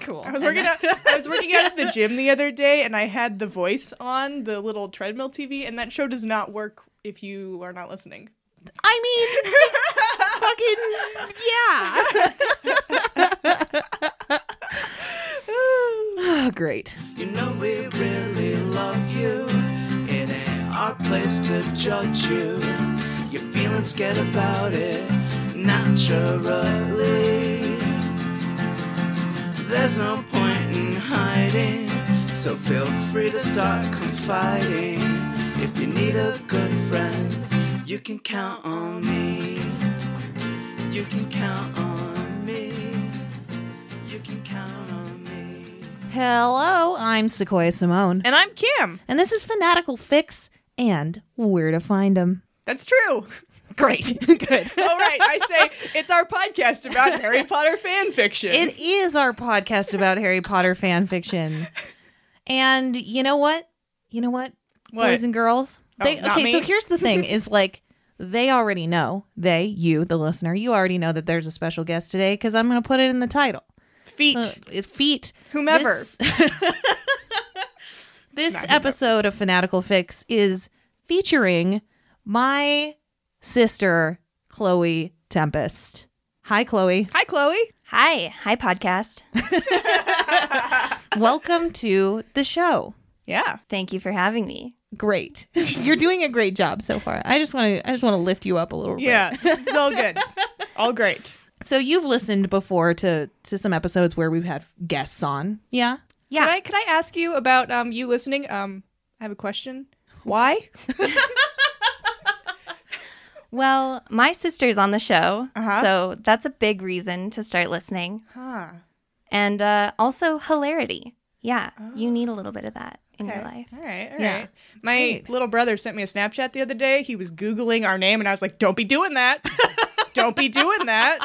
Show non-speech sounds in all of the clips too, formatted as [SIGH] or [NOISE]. cool. uh, I was working out. I was working out at the gym the other day, and I had the voice on the little treadmill TV, and that show does not work if you are not listening. I mean, [LAUGHS] fucking yeah. [LAUGHS] oh, great. You know we really love you. It ain't our place to judge you. You're feeling scared about it naturally. There's no point in hiding, so feel free to start confiding. If you need a good friend, you can count on me. You can count on me. You can count on me. Hello, I'm Sequoia Simone, And I'm Kim. and this is Fanatical Fix and Where to Find 'Em. That's [LAUGHS] true. [LAUGHS] Great, good. Oh right, I say it's our podcast [LAUGHS] about Harry Potter fan fiction. It is our podcast about Harry Potter fan fiction. And you know what? You know what? What? Boys and girls. Oh, They not okay, so me? here's the thing [LAUGHS] is like they already know, they, you, the listener, you already know that there's a special guest today because I'm gonna put it in the title. Feet. Uh, it- feet. Whomever. This, [LAUGHS] This Not whomever. episode of Fanatical Fix is featuring my sister, Chloe Tempest. Hi, Chloe. Hi, Chloe. Hi. Hi, podcast. Welcome to the show. Yeah. Thank you for having me. great. [LAUGHS] You're doing a great job so far. I just want to I just want to lift you up a little bit. Yeah. This is all good. It's all great. So you've listened before to to some episodes where we've had guests on. Yeah. Yeah. Could I could I ask you about um you listening? Um I have a question. Why? Well, my sister's on the show, Uh-huh. so that's a big reason to start listening. Huh. And uh, also hilarity. Yeah, you need a little bit of that Oh. in Okay. your life. All right, all right. Yeah. My little brother sent me a Snapchat the other day. He was Googling our name, and I was like, don't be doing that. don't be doing that.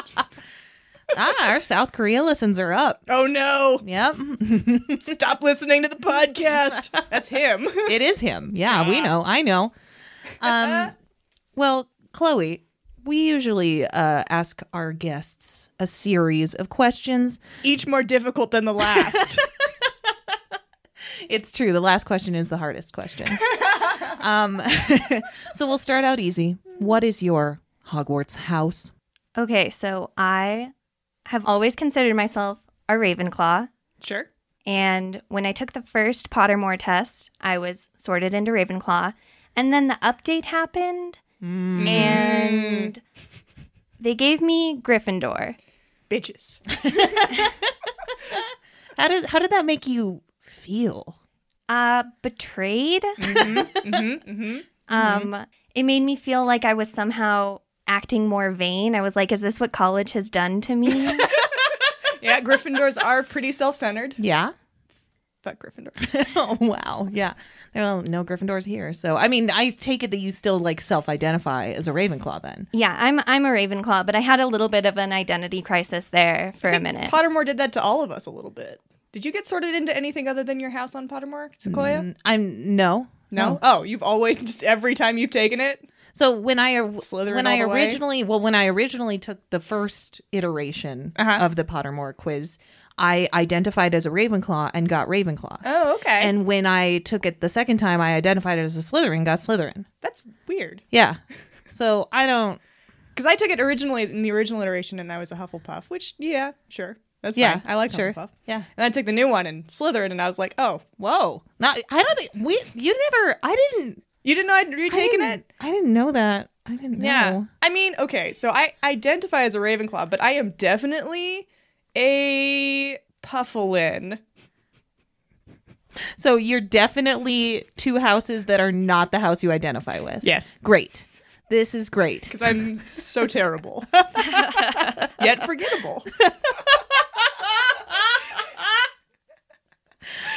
Ah, our South Korea listens are up. Oh, no. Yep. [LAUGHS] Stop listening to the podcast. That's him. it is him. Yeah, we know. I know. Um well, Chloe, we usually uh, ask our guests a series of questions Each more difficult than the last. It's true. The last question is the hardest [LAUGHS] question. um, [LAUGHS] so we'll start out easy. What is your Hogwarts house? Okay, so I have always considered myself a Ravenclaw. sure. And when I took the first Pottermore test, I was sorted into Ravenclaw. And then the update happened, Mm. Mm-hmm. and they gave me Gryffindor. Bitches. How did how did that make you feel? uh betrayed [LAUGHS] um it made me feel like i was somehow acting more vain i was like is this what college has done to me Yeah, Gryffindors are pretty self centered. Yeah. Fuck Gryffindors. [LAUGHS] oh wow. Yeah. Well, no Gryffindors here. So I mean, I take it that you still like self-identify as a Ravenclaw then. yeah i'm i'm a ravenclaw but i had a little bit of an identity crisis there for a minute Pottermore did that to all of us a little bit. Did you get sorted into anything other than your house on Pottermore, Sequoia? N- I'm Mm, no. No. Oh, you've always [LAUGHS] just every time you've taken it. So when I or- Slytherin when all I the way? originally well when I originally took the first iteration Uh-huh. of the Pottermore quiz, I identified as a Ravenclaw and got Ravenclaw. Oh, okay. And when I took it the second time, I identified it as a Slytherin, got Slytherin. That's weird. Yeah. So I don't. Because I took it originally in the original iteration, and I was a Hufflepuff. Which, yeah, sure, that's Yeah, fine. I like sure. Hufflepuff. Yeah. And I took the new one and Slytherin, and I was like, oh, Whoa. Not. I don't think we. You never. I didn't. you didn't know I'd I retaken didn't- it. I didn't know that. I didn't know. I mean, okay, so I identify as a Ravenclaw, but I am definitely a Pufflin. So you're definitely two houses that are not the house you identify with. [LAUGHS] Yes. Great. This is great. Because I'm [LAUGHS] so terrible, yet forgettable. [SIGHS]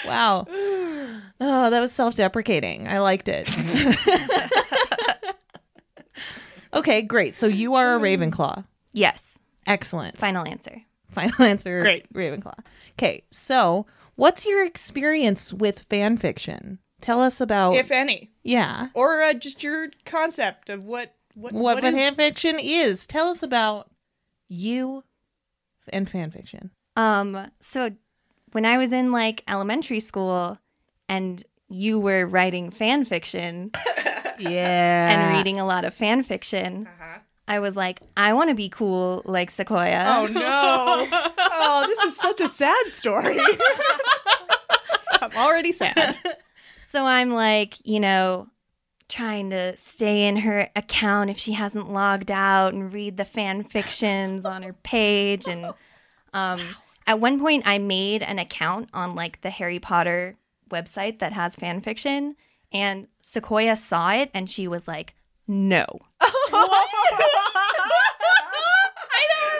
Wow. Oh, that was self deprecating. I liked [LAUGHS] it. okay, great. So you are a Ravenclaw. yes Excellent. final answer Final [LAUGHS] answer. Great. Ravenclaw. Okay, so what's your experience with fan fiction? Tell us about. If any, yeah. or uh, just your concept of what what What, what is fan fiction is. Tell us about you and fan fiction. um so when I was in like elementary school and you were writing fan fiction Yeah. and reading a lot of fan fiction, Uh-huh. I was like, I want to be cool like Sequoia. Oh no! [LAUGHS] oh, this is such a sad [LAUGHS] story. I'm already sad. So I'm like, you know, trying to stay in her account if she hasn't logged out and read the fan fictions on her page. And um, at one point, I made an account on like the Harry Potter website that has fan fiction. And Sequoia saw it and she was like, no.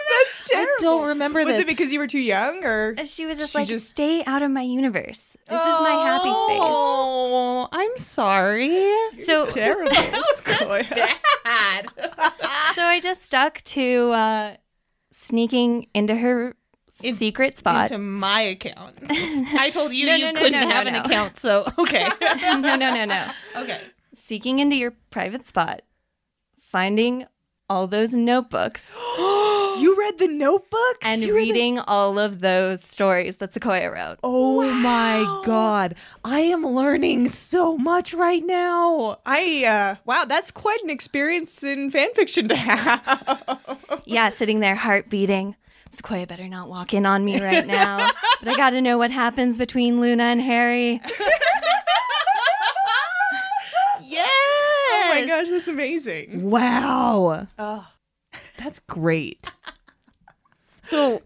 That's terrible. I don't remember Was this. it because you were too [LAUGHS] young, or And she was just She like, just- stay out of my universe. This is my happy space. Oh, I'm sorry. [LAUGHS] So terrible? [LAUGHS] Sequoia. [LAUGHS] so I just stuck to uh, sneaking into her In- secret spot. Into my [LAUGHS] account. I told you No, you no, no, couldn't no, no, have an no. account, so okay. no, [LAUGHS] no, no, no. [LAUGHS] okay. Seeking into your private spot, finding all those [GASPS] notebooks [LAUGHS] you read the notebooks and You read the- reading all of those stories that Sequoia wrote. Oh my god. I am learning so much right now. I uh, wow, that's quite an experience in fan fiction to have. [LAUGHS] Yeah, sitting there, heart beating. Sequoia better not walk in on me right [LAUGHS] now. but I got to know what happens between Luna and Harry. Yes. oh my gosh, that's amazing. Wow. That's great. [LAUGHS] So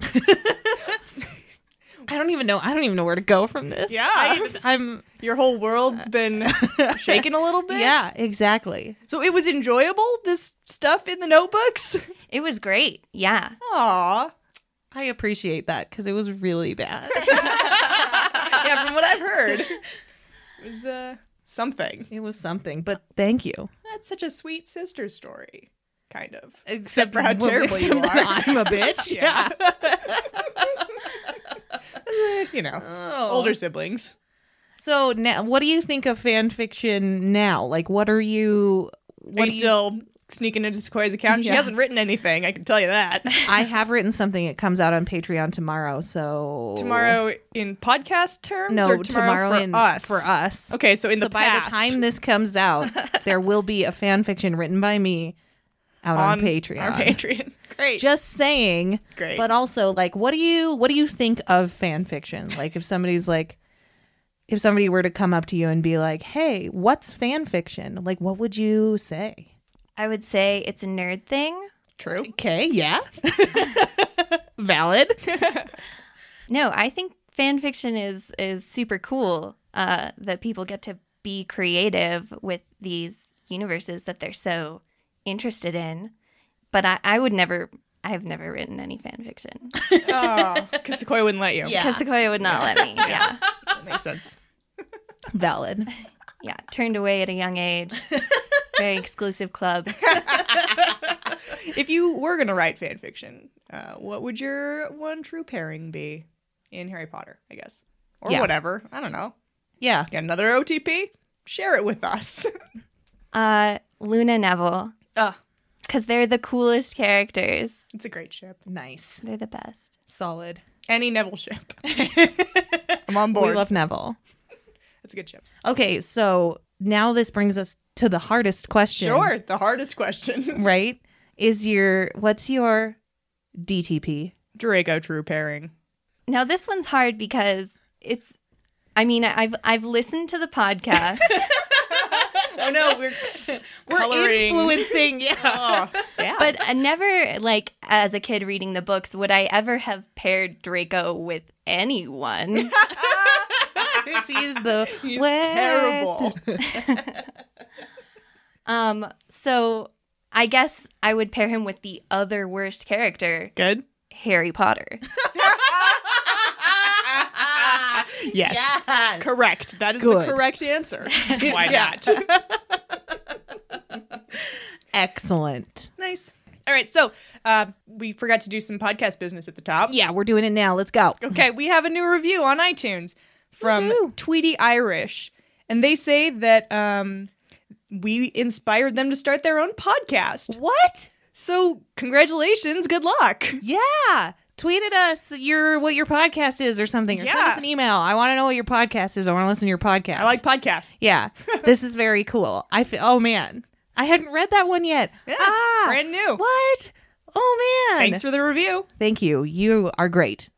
I don't even know. I don't even know where to go from this. Yeah. I, I'm. Your whole world's been [LAUGHS] shaken a little bit. Yeah, exactly. So it was enjoyable. This stuff in the notebooks. It was great. Yeah. [LAUGHS] Aw. I appreciate that because it was really [LAUGHS] bad. yeah, from what I've [LAUGHS] heard, it was uh, something. it was something, but thank you. That's such a sweet sister story, kind of. Except for how well, terrible you except that are. I'm a bitch. [LAUGHS] Yeah. yeah. Eh, [LAUGHS] you know, older siblings. So now, what do you think of fan fiction now? Like, what are you? What Are do you still sneaking into Sequoia's account? She Yeah. hasn't written anything. I can tell you [LAUGHS] that. I have written something. It comes out on Patreon tomorrow. So tomorrow in podcast terms, No, or tomorrow, for in, us. For us. Okay, so in so the by past, the time this comes [LAUGHS] out, there will be a fan fiction written by me out on, Patreon. our Patreon. [LAUGHS] Great. Just saying. Great. But also, like, what do you what do you think of fan fiction? Like, if somebody's like, if somebody were to come up to you and be like, "Hey, what's fan fiction?" Like, what would you say? I would say it's a nerd thing. True. Okay, yeah, [LAUGHS] [LAUGHS] valid. No, I think fan fiction is is super cool. Uh, that people get to be creative with these universes that they're so interested in. But I, I would never. I have never written any fan fiction because Oh, because Sequoia wouldn't [LAUGHS] let you. [LAUGHS] Yeah. Sequoia would not let me. Yeah, that makes sense. valid. yeah, turned away at a young age. Very exclusive club. If you were gonna write fan fiction, uh, what would your one true pairing be in Harry Potter? I guess, or Yeah. whatever. I don't know. Yeah, Got another OTP? Share it with us. [LAUGHS] Uh, Luna Neville, Oh. because they're the coolest characters. It's a great ship. nice, They're the best. solid. Any Neville ship. [LAUGHS] I'm on board. We love Neville. It's a good ship. Okay, so now this brings us to the hardest question. Sure. The hardest question. [LAUGHS] Right? Is your what's your DTP? Draco true pairing. Now this one's hard because it's. I mean, I've I've listened to the podcast. Oh no, we're [LAUGHS] We're coloring. [LAUGHS] influencing, yeah. Oh, yeah. But I never, like, as a kid reading the books, would I ever have paired Draco with anyone. He's the [LAUGHS] He's worst. terrible. um, so I guess I would pair him with the other worst character, Good. Harry Potter. Yes. Yes. Correct. That is Good. the [LAUGHS] correct answer. Why not? [LAUGHS] Excellent. nice. All right. So uh, we forgot to do some podcast business at the top. Yeah, we're doing it now. Let's go. Okay, we have a new review on iTunes from Woohoo. Tweety Irish, and they say that um, we inspired them to start their own podcast. What? So congratulations, good luck. Yeah. Tweet at us your what your podcast is or something, or send Yeah. us an email. I want to know what your podcast is. I want to listen to your podcast. I like podcasts. [LAUGHS] [LAUGHS] Yeah, this is very cool. I feel. Oh man, I hadn't read that one yet. Yeah, ah, brand new. What? Oh man. Thanks for the review. Thank you. You are great.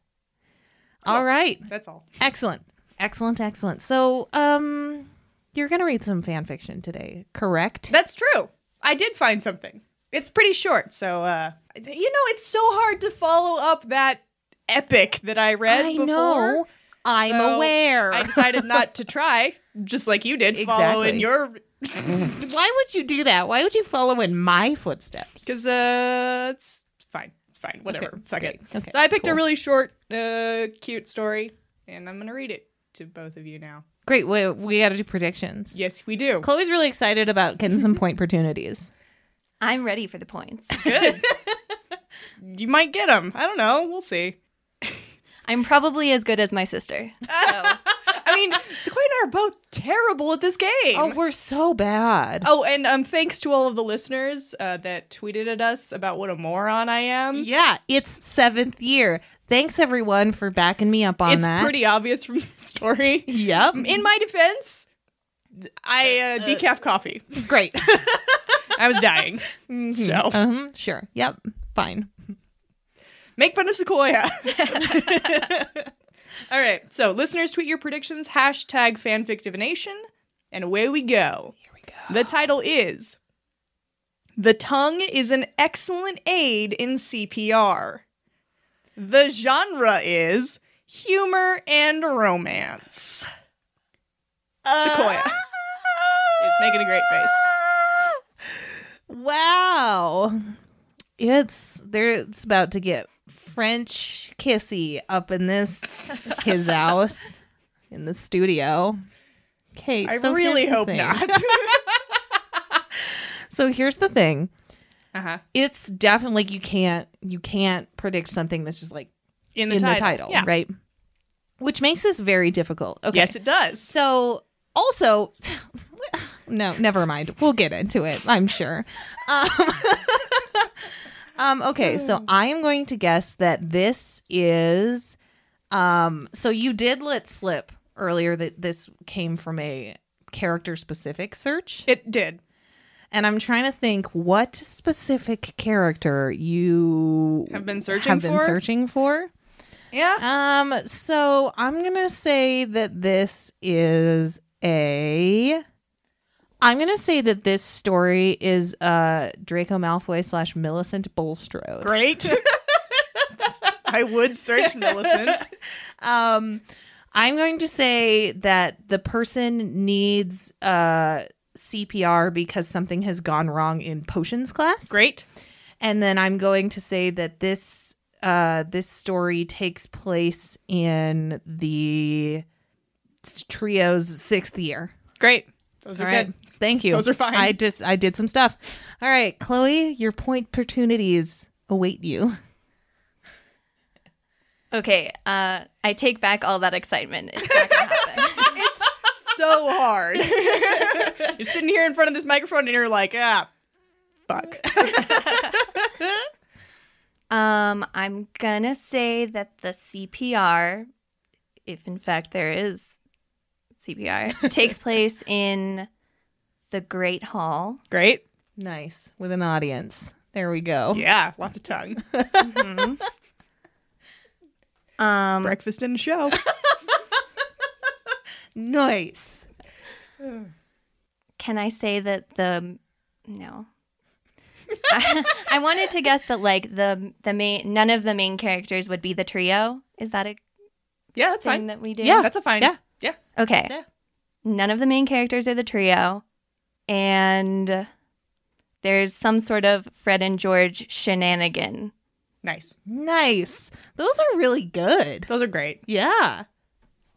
All right. That's all. Excellent. Excellent. Excellent. So, um, you're gonna read some fan fiction today, correct? That's true. I did find something. It's pretty short, so uh you know, it's so hard to follow up that epic that I read I before. know. I'm So, aware. [LAUGHS] I decided not to try, just like you did, follow in Exactly. your [LAUGHS] Why would you do that? Why would you follow in my footsteps? because uh, it's fine. It's fine. Whatever. Okay, Fuck great. it. Okay, so I picked cool. a really short, uh, cute story, and I'm gonna read it to both of you now. Great. We, we got to do predictions. Yes, we do. Chloe's really excited about getting [LAUGHS] some point opportunities. I'm ready for the points. You might get them. I don't know. We'll see. I'm probably as good as my sister. So. I [LAUGHS] mean, Sequoia and I are both terrible at this game. Oh, we're so bad. Oh, and um, thanks to all of the listeners uh, that tweeted at us about what a moron I am. Yeah, it's seventh year. Thanks everyone for backing me up on it's that. pretty obvious from the story. [LAUGHS] Yep. In my defense, I uh, decaf coffee. [LAUGHS] [LAUGHS] Great. I was [LAUGHS] dying. So um, sure. Yep. Fine. make fun [LAUGHS] of Sequoia. [LAUGHS] All right. So listeners, tweet your predictions, hashtag fanficdivination, and away we go. Here we go. The title is The Tongue is an Excellent Aid in CPR. The genre is humor and romance. Uh, Sequoia is making a great face. Wow. It's there it's about to get French kissy up in [LAUGHS] this his house in the studio. Okay, I so really here's the hope thing. not. [LAUGHS] So here's the thing. uh-huh. It's definitely like you can't you can't predict something that's just like In the in title, the title, yeah. right? Which makes this very difficult. Okay. Yes, it does. So also [LAUGHS] no, never mind. We'll get into it, I'm sure. [LAUGHS] Um, um okay, so I am going to guess that this is um so you did let slip earlier that this came from a character specific search It did. and I'm trying to think what specific character you Have been searching have been for? searching for. Yeah. Um, so I'm gonna say that this is a. I'm gonna say that this story is uh Draco Malfoy slash Millicent Bulstrode. Great. [LAUGHS] I would search Millicent. Um, I'm going to say that the person needs uh CPR because something has gone wrong in potions class. Great. and then I'm going to say that this uh this story takes place in the s- trio's sixth year. Great. Those All are right. good. Thank you. Those are fine. I just I did some stuff. All right, Chloe, your point opportunities await you. Okay, uh, I take back all that excitement. It's not gonna happen. So hard. [LAUGHS] you're sitting here in front of this microphone and you're like, ah, fuck. um, I'm gonna say that the CPR, if in fact there is CPR, takes place in the Great Hall. Great. Nice. With an audience. There we go. Yeah, lots of tongue. Mm-hmm. Um, Breakfast and a [LAUGHS] show. Nice. can I say that the no? I, [LAUGHS] I wanted to guess that like the the main none of the main characters would be the trio. Is that a Yeah, that's thing fine. that we do? Yeah. That's a fine. Yeah. Yeah. Okay. Yeah. None of the main characters are the trio. And there's some sort of Fred and George shenanigan. Nice. Nice. Those are really good. Those are great. Yeah.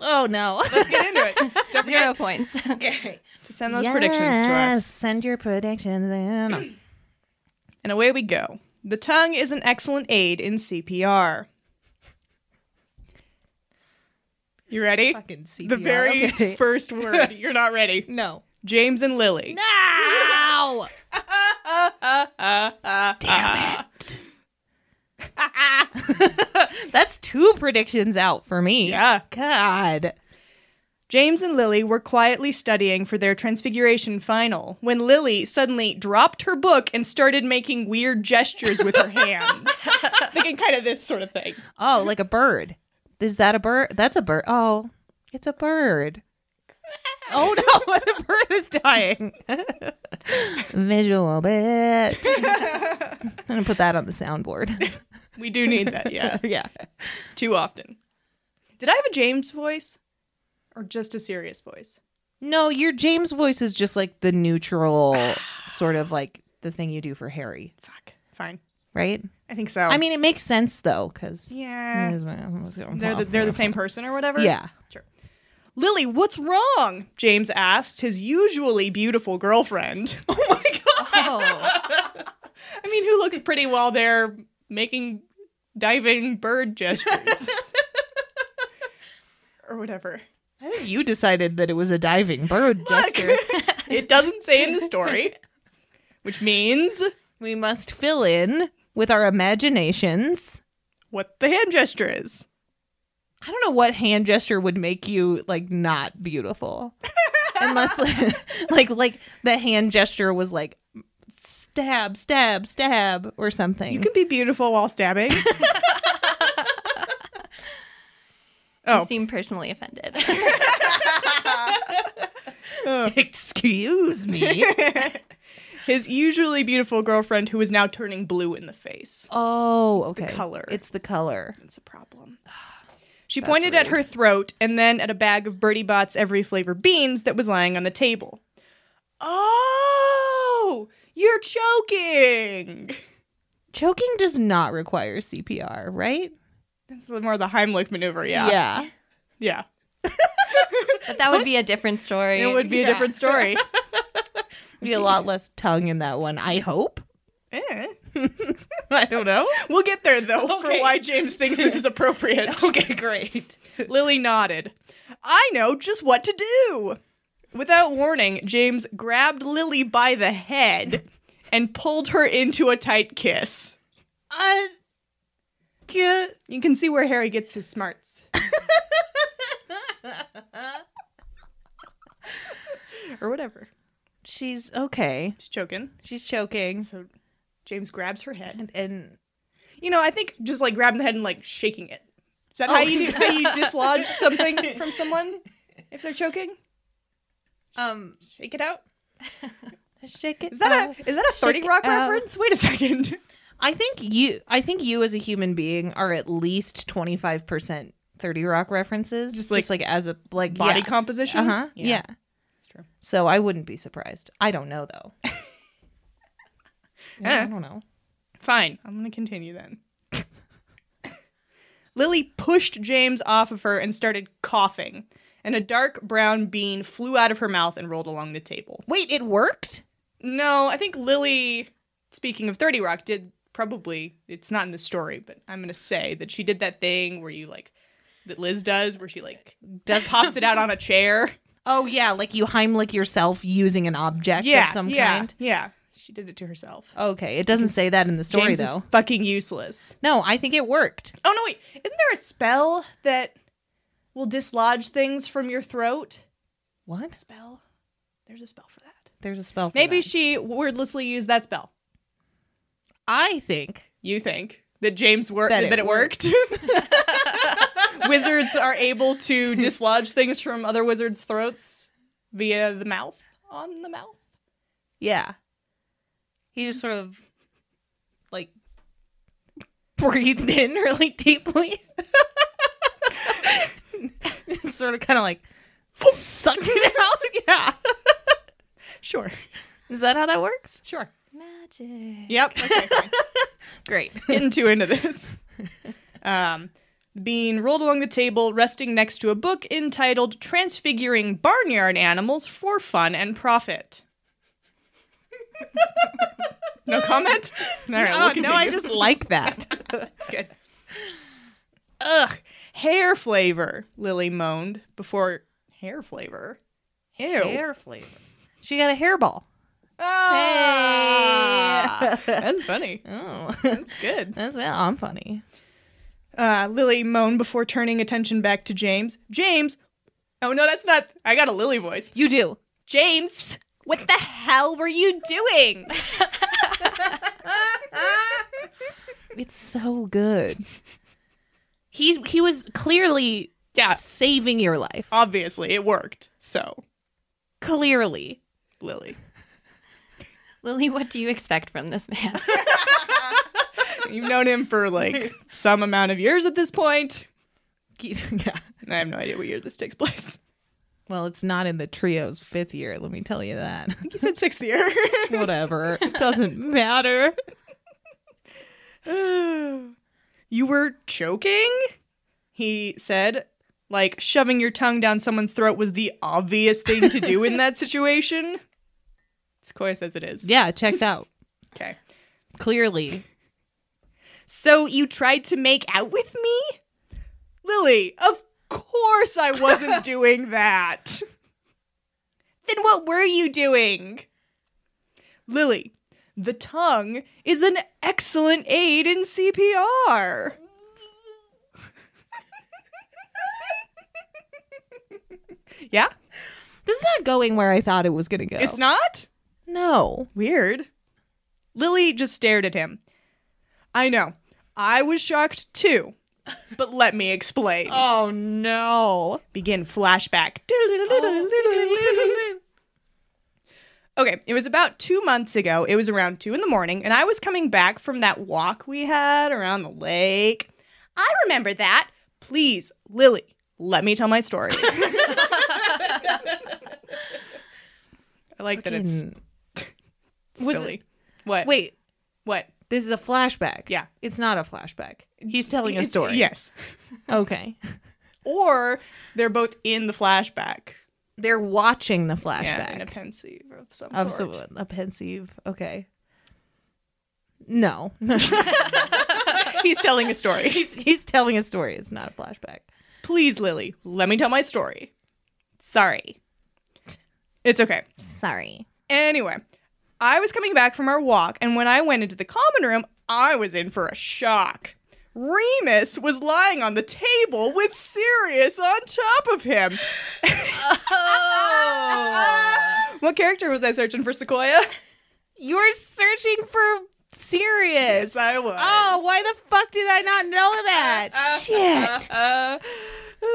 Oh no. [LAUGHS] Get into it. [LAUGHS] Don't forget Zero points. [LAUGHS] to send those predictions to us. Send your predictions [CLEARS THROAT] in. And away we go. The tongue is an excellent aid in CPR. You ready? Fucking CPR. The very Okay. [LAUGHS] first [LAUGHS] word. You're not ready. No. James and Lily. Ow! Damn it. [LAUGHS] That's two predictions out for me. Yeah. God. James and Lily were quietly studying for their Transfiguration final when Lily suddenly dropped her book and started making weird gestures with [LAUGHS] her hands. Thinking kind of this sort of thing. Oh, like a bird. Is that a bird? That's a bird. Oh, it's a bird. Oh no, [LAUGHS] the bird is dying. [LAUGHS] Visual bit. [LAUGHS] I'm gonna put that on the soundboard. [LAUGHS] We do need that, yeah. yeah. Too often. Did I have a James voice or just a serious voice? No, your James voice is just like the [SIGHS] neutral sort of like the thing you do for Harry, Fuck. Fine. right? I think so. I mean, it makes sense though, because yeah. They're the, they're the same person or whatever? Yeah. Lily, what's wrong? James asked his usually beautiful girlfriend. [LAUGHS] Oh my god. Oh, I mean, who looks pretty while they're making diving bird [LAUGHS] gestures? or whatever. I think [LAUGHS] you decided that it was a diving bird [LAUGHS] gesture. It doesn't say in [LAUGHS] the story, which means we must fill in with our imaginations. what the hand gesture is. I don't know what hand gesture would make you like not [LAUGHS] beautiful. Unless [LAUGHS] like like the hand gesture was like stab, stab, stab or something. You can be beautiful [LAUGHS] while stabbing. oh, you seem personally offended. excuse [LAUGHS] me. his usually beautiful girlfriend who is now turning blue in the face. oh, It's the okay. color. It's the color. It's a [SIGHS] problem. She pointed at her throat and then at a bag of Birdie Bot's every flavor beans that was lying on the table. Oh, you're choking. Choking does not require CPR, right? That's more the Heimlich maneuver, yeah. Yeah. Yeah. But that would be a different story. It would be [LAUGHS] a different story. Be a lot less tongue in that one, I hope. [LAUGHS] Eh. I don't know. We'll get there though for Okay. why James thinks this [LAUGHS] is appropriate. Okay, great. Lily nodded. I know just what to do. Without warning, James grabbed Lily by the head and pulled her into a tight kiss. I get You can see where Harry gets his smarts. [LAUGHS] or whatever. She's okay. She's choking. She's choking. So James grabs her head. And, and You know, I think just like grabbing the head and like shaking it. Is that how you do how [LAUGHS] you dislodge [LAUGHS] something from someone if they're choking? um Shake it out. shake it. Is that a is that a Shake Thirty Rock it out. reference? Wait a second. I think you I think you as a human being are at least 25% 30 rock references just like, like, as a like [LAUGHS] Body yeah. composition. Uh-huh. Yeah. That's true. So I wouldn't be surprised. I don't know though. Yeah, I Eh. don't know. Fine. I'm going to continue then. [LAUGHS] Lily pushed James off of her and started coughing, and a dark brown bean flew out of her mouth and rolled along the table. Wait, it worked? No, I think Lily, speaking of 30 Rock, did probably, it's not in the story, but I'm going to say that she did that thing where you like, that Liz does, where she like Does pops it out on a [LAUGHS] chair. Oh yeah, like you Heimlich yourself using an object Yeah. of some yeah, kind. Yeah. She did it to herself. Okay, it doesn't say that in the story James is though. fucking useless. No, I think it worked. Oh no, wait. Isn't there a spell that will dislodge things from your throat? What? Spell. There's a spell for that. There's a spell. For Maybe that. she wordlessly used that spell. I think You think that James worked That that, it it worked? [LAUGHS] wizards are able to dislodge things from other wizards' throats via the [LAUGHS] mouth. On the mouth. Yeah. He just sort of like breathed in really deeply. [LAUGHS] just sort of kind of like sucked it [LAUGHS] out. Yeah. Sure. Is that how that works? Sure. Magic. Yep. Okay. fine. Great. getting too [LAUGHS] into this. Um, being rolled along the table, resting next to a book entitled Transfiguring Barnyard Animals for Fun and Profit. no comment? All right, Oh, we'll continue. like that. That's good. Ugh. Hair flavor, Lily moaned before hair flavor. Ew. Hair flavor. She got a hairball. Ah! That's funny. Oh. [LAUGHS] Good. That's well, I'm funny. Uh, Lily moaned before turning attention back to James. James! Oh no, that's not. I got a Lily voice. You do. James, what the hell were you doing? It's so [LAUGHS] good. He he was clearly yeah, saving your life. obviously it worked. So, Clearly. Lily, Lily, what do you expect from this man? you've known him for like some amount of years at this point. [LAUGHS] yeah. I have no idea what year this takes place. Well, it's not in the trio's fifth year, let me tell you that. [LAUGHS] You said sixth year. [LAUGHS] Whatever. It [LAUGHS] doesn't matter. you were choking? He said. Like, shoving your tongue down someone's throat was the obvious thing to do in that situation. Sequoia says it is. Yeah, it checks out. Okay. Clearly. So you tried to make out with me? Lily, of course I [LAUGHS] wasn't doing that. Then what were you doing? Lily, the tongue is an excellent aid in [LAUGHS] CPR. yeah? This is not going where I thought it was going to go. It's not? No. Weird. Lily just stared at him. I know. I was shocked too. But let me explain. Oh no. Begin flashback. [LAUGHS] okay, it was about two months ago. It was around two in the morning, and I was coming back from that walk we had around the lake. I remember that. Please, Lily, let me tell my story. I like that it's Fucking- Was it- silly. what? Wait, What? this is a flashback. Yeah. It's not a flashback. He's telling a It's- story. [LAUGHS] Yes. Okay. Or they're both in the flashback. They're watching the flashback. Yeah, in a pensive of some of sort. someone, a pensive. Okay. No. [LAUGHS] [LAUGHS] He's telling a story. he's, he's telling a story. It's not a flashback. Please, Lily, let me tell my story. Sorry. It's okay. Sorry. Anyway, I was coming back from our walk, and when I went into the common room, I was in for a shock. Remus was lying on the table with Sirius on top of him. Oh. [LAUGHS] what character was I searching for, Sequoia? You were searching for serious. Yes, I was. Oh, why the fuck did I not know [LAUGHS] that? Shit. uh, [SIGHS]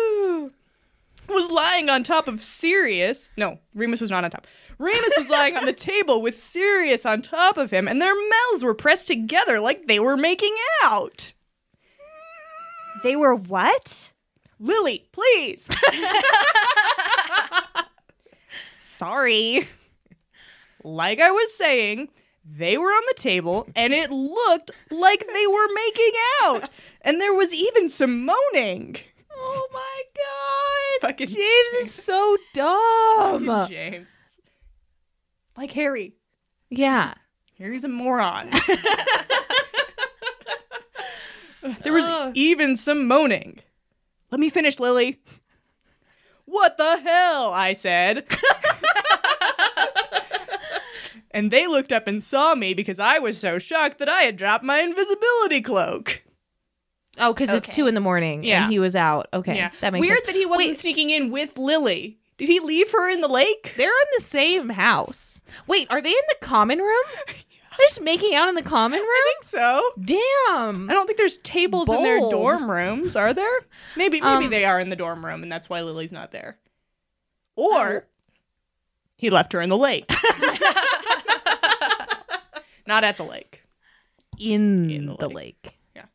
was lying on top of Sirius. No, Remus was not on top. Remus was lying on the table with Sirius on top of him, and their mouths were pressed together like they were making out. they were what? Lily, [LAUGHS] please. Sorry. Like I was saying, they were on the table and it looked like they were making out. And there was even some moaning. Oh my god. Um, Fucking James is so [LAUGHS] dumb. James. Like Harry. Yeah. Harry's a [LAUGHS] moron. there was even some moaning. Let me finish, Lily. What the hell? [LAUGHS] I said. and they looked up and saw me because I was so shocked that I had dropped my invisibility cloak. Oh, because it's Okay. two in the morning Yeah. and he was out. Okay. That makes Weird sense. that he wasn't Wait. sneaking in with Lily. Did he leave her in the lake? They're in the same house. Wait, are they in the common [LAUGHS] room? They're just making out in the common room? So Damn. I don't think there's tables in their Bold. dorm rooms, are there? Maybe maybe Um, they are in the dorm room and that's why Lily's not there. Or he left her in the lake. not at the lake. In, In the the, lake. lake. Yeah.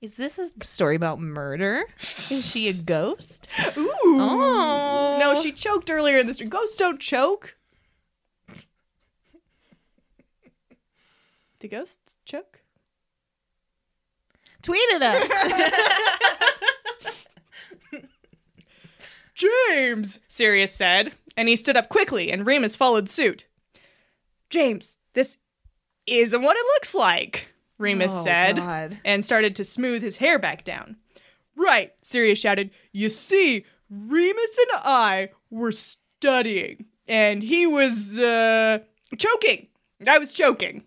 Is this a story about murder? Is she a ghost? Ooh. Oh. [LAUGHS] No, she choked earlier in the stream. Ghosts don't choke. Do ghosts choke? tweeted [LAUGHS] us. James, Sirius said, and he stood up quickly, and Remus followed suit. James, this isn't what it looks like, Remus Oh, said, God. and started to smooth his hair back down. Right, Sirius shouted. You see, Remus and I were studying, and he was, uh, [LAUGHS] choking. I was choking.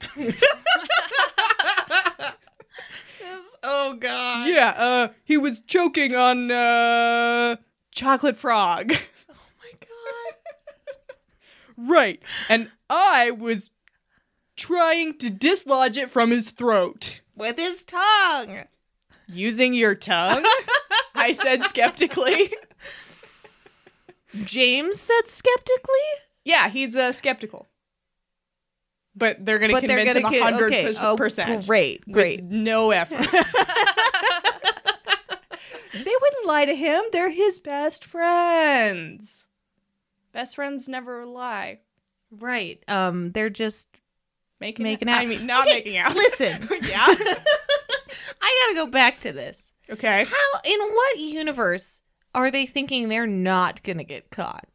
Oh god. Yeah, uh, he was choking on uh, chocolate frog. [LAUGHS] Oh my god. right, and I was trying to dislodge it from his throat With his tongue. using your [LAUGHS] tongue. I said skeptically. James said skeptically. Yeah, he's uh, skeptical, but they're gonna But they're convince gonna him ki- a hundred okay. per- Oh, percent. Great, with great. no [LAUGHS] effort. they wouldn't lie to him. They're his best friends. Best friends never lie. Right. Um, they're just Making, Making out. out. I mean, not Okay, making out. [LAUGHS] listen. yeah. I gotta go back to this. Okay. How in what universe are they thinking they're not gonna get caught?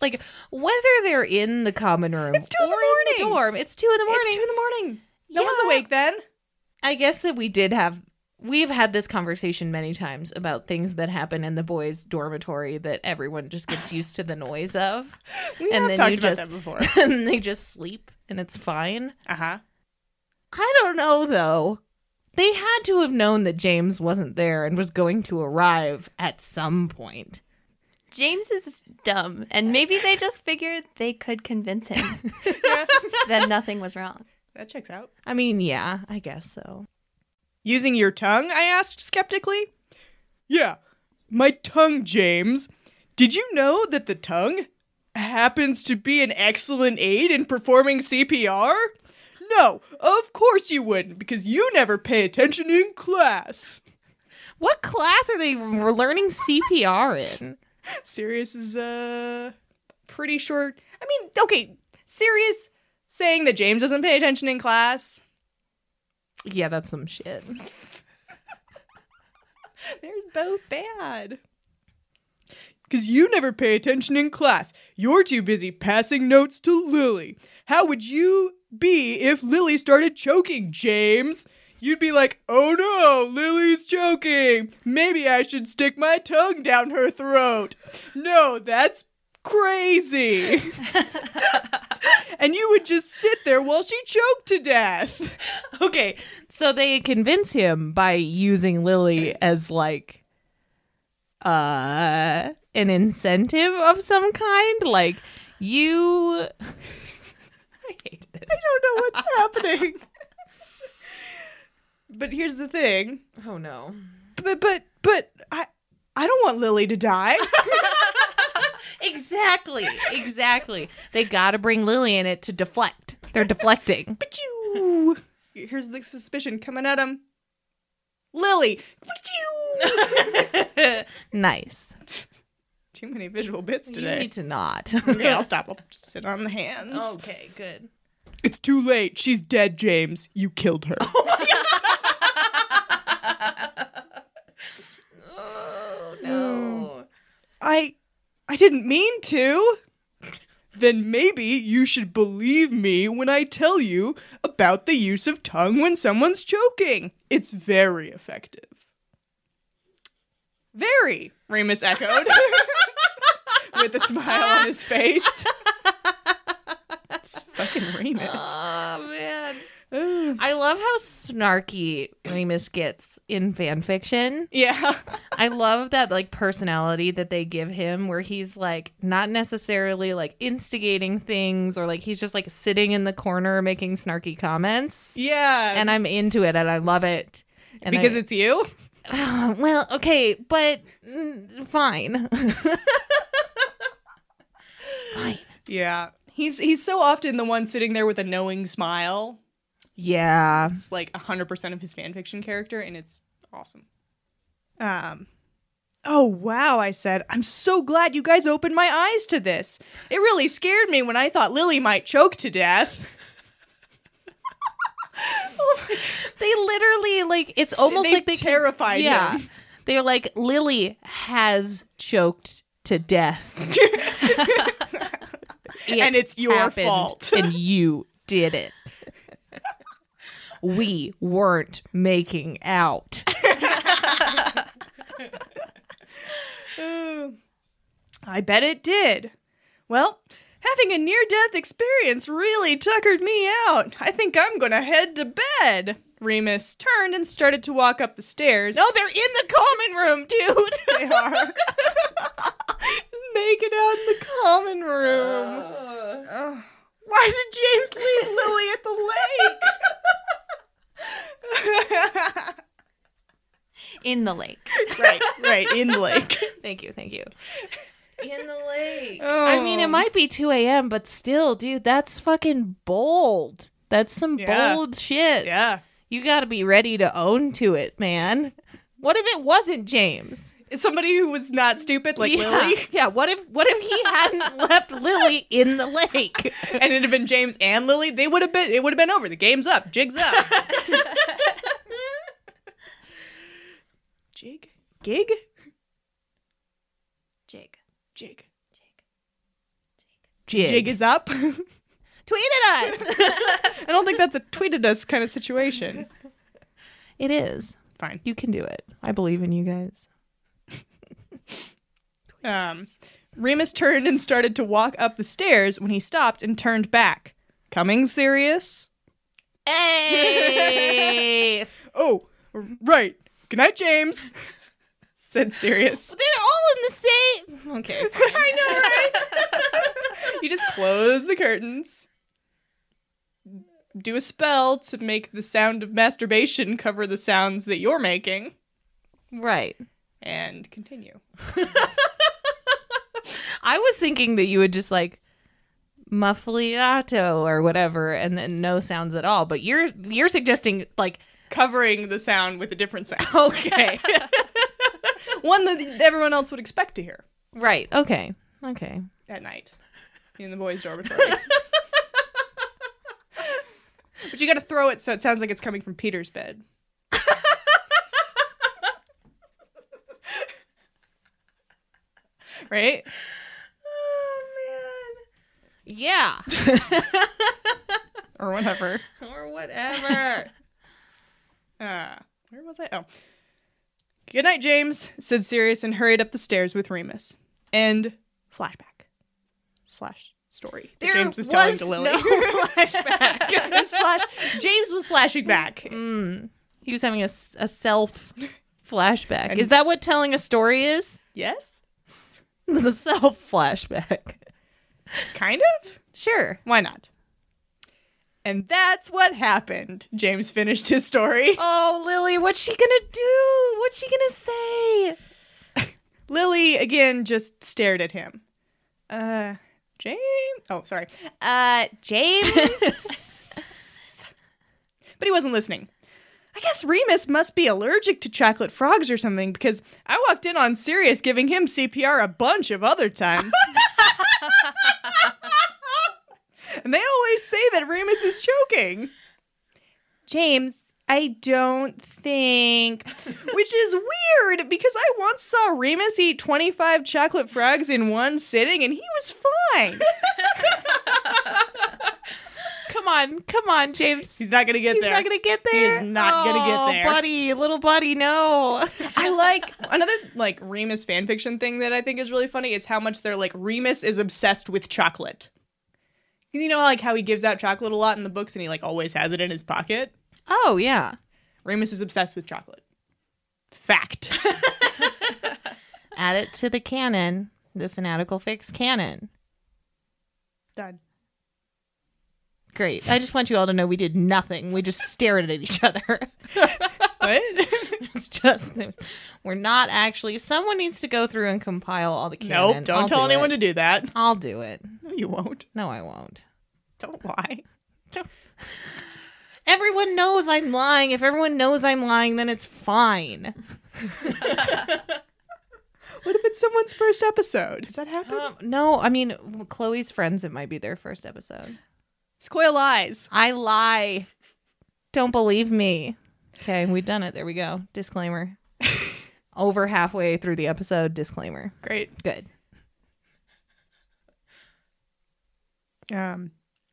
Like whether they're in the common room It's two in or the in the morning. dorm, it's two in the morning. It's two in the morning. No one's Yeah. awake then. I guess that we did have we've had this conversation many times about things that happen in the boys' dormitory that everyone just gets used to the noise of, [LAUGHS] We And have then talked you about just- that before. and they just sleep and it's fine. Uh huh. I don't know though. They had to have known that James wasn't there and was going to arrive at some point. James is dumb, and maybe they just figured they could convince him Yeah. that nothing was wrong. that checks out. I mean, yeah, I guess so. Using your tongue? I asked skeptically. Yeah, my tongue, James. Did you know that the tongue happens to be an excellent aid in performing CPR? No, of course you wouldn't, because you never pay attention in class. What class are they learning CPR in? Sirius is, uh, pretty sure. I mean, okay, Sirius saying that James doesn't pay attention in class. Yeah, that's some shit. They're both bad. Because you never pay attention in class. You're too busy passing notes to Lily. How would you be if Lily started choking, James? You'd be like, oh no, Lily's choking. Maybe I should stick my tongue down her throat. No, that's crazy. [LAUGHS] and you would just sit there while she choked to death. [LAUGHS] Okay, so they convince him by using Lily as like uh an incentive of some kind, like you I hate this. I don't know what's happening. But here's the thing. Oh no. But but but I I don't want Lily to die. Exactly. Exactly. They got to bring Lily in it to deflect. They're deflecting. [LAUGHS] but you here's the suspicion coming at him. Lily. But you [LAUGHS] [LAUGHS] nice. Too many visual bits You today. need to [LAUGHS] not. okay, I'll stop. I'll just sit on the hands. okay, good. Oh. It's too late. She's dead, James. You killed her. [LAUGHS] Oh no. I I didn't mean to. Then maybe you should believe me when I tell you about the use of tongue when someone's choking. It's very effective. Very, Remus echoed [LAUGHS] with a smile on his face. it's fucking Remus. Oh man. I love how snarky Remus gets in fan fiction. yeah. I love that like personality that they give him where he's like not necessarily like instigating things or like he's just like sitting in the corner making snarky comments. Yeah. And I'm into it and I love it. And because I- it's you? [GASPS] well, okay, but mm, fine. [LAUGHS] fine. Yeah. He's he's so often the one sitting there with a knowing smile. Yeah. it's like 100% of his fanfiction character and it's awesome um oh wow i said i'm so glad you guys opened my eyes to this it really scared me when i thought lily might choke to death [LAUGHS] They literally like it's almost They like they can- terrified yeah. him. They're like Lily has choked to [LAUGHS] death. It And it's your happened, fault. [LAUGHS] and you did it. We weren't making [LAUGHS] out. Uh, i bet it did well having a near-death experience really tuckered me out i think i'm gonna head to bed Remus turned and started to walk up the stairs. No, they're in the common room, dude. They are. Naked out in the common room. Ugh. Why did James leave Lily at the lake? in the lake. right, right, in the lake. [LAUGHS] thank you, thank you. In the lake. I mean, Oh. it might be 2 a.m., but still, dude, that's fucking bold. That's some Yeah. bold shit. Oh. Yeah. You got to be ready to own to it, man. What if it wasn't James? Somebody who was not stupid, like yeah. Lily, [LAUGHS] Yeah, what if what if he hadn't [LAUGHS] left Lily in the lake? and it had been James and Lily, they would have been. It would have been over. The game's up. Jig's [LAUGHS] up. Jig, gig, Jig. jig, Jig. jig is up. tweeted us. [LAUGHS] I don't think that's a tweeted us kind of situation. it is. Fine. You can do it. I believe in you guys. Um, Remus turned and started to walk up the stairs when he stopped and turned back. Coming, Sirius? [LAUGHS] Hey. Oh, right. Good night, James, [LAUGHS] said Sirius. They're all in the same. Okay. I know, right? you just close the curtains, do a spell to make the sound of masturbation cover the sounds that you're making, Right. and continue. I was thinking that you would just like muffliato or whatever and then no sounds at all, but you're you're suggesting like Covering the sound with a different [LAUGHS] sound. okay. One that everyone else would expect to hear. right. Okay. Okay. at night in the boys' dormitory. [LAUGHS] but you got to throw it so it sounds like it's coming from Peter's [LAUGHS] bed. right? Oh man. Yeah. [LAUGHS] Or whatever. or [LAUGHS] whatever. Uh, where was I? Oh. Good night, James, said Sirius and hurried up the stairs with Remus. And flashback. Slash story. that There James is telling was to Lily. no [LAUGHS] [LAUGHS] flashback. This flash James was flashing back. he was having a, s- a [LAUGHS] self flashback. And- is that what telling a story [LAUGHS] is? [LAUGHS] Yes? It's a self flashback. Kind of? Sure. Why not? And that's what happened. James finished his [LAUGHS] story. Oh, Lily, what's she gonna Oh, do? What's she gonna say? Lily again just stared at him. Uh, James. Oh, sorry. Uh, James. but he wasn't listening. I guess Remus must be allergic to chocolate frogs or something because I walked in on Sirius giving him CPR a bunch of other times. [LAUGHS] and they always say that Remus is choking. James, I don't think. [LAUGHS] Which is weird because I once saw Remus eat 25 chocolate frogs in one sitting and he was [LAUGHS] fine. Come on, come on, James. He's not going to get He's there. not gonna get He is there. not gonna get Oh, there. buddy, little buddy. No, [LAUGHS] I like another like Remus fanfiction thing that I think is really funny is how much they're like Remus is obsessed with chocolate. You know like how he gives out chocolate a lot in the books and he like always has it in his pocket? [LAUGHS] oh yeah, Remus is obsessed with chocolate. Fact. add it to the canon, the fanatical fix canon. [LAUGHS] Done. Great. I just want you all to know we did nothing. We just stared at each other. [LAUGHS] What? It's just we're not actually. Someone needs to go through and compile all the canon. nope, don't I'll tell do anyone it. to do that. [LAUGHS] I'll do it. No, you won't. No, I won't. Don't lie. Everyone knows I'm lying. If everyone knows I'm lying, then it's fine. What if it's someone's first episode? Does that happen? Um, no, I mean Chloe's friends. It might be their first episode. Scoil lies. I lie. Don't believe me. Okay, we've done it. There we go. [LAUGHS] Disclaimer. Over halfway through the episode, disclaimer. Great. Good. Um,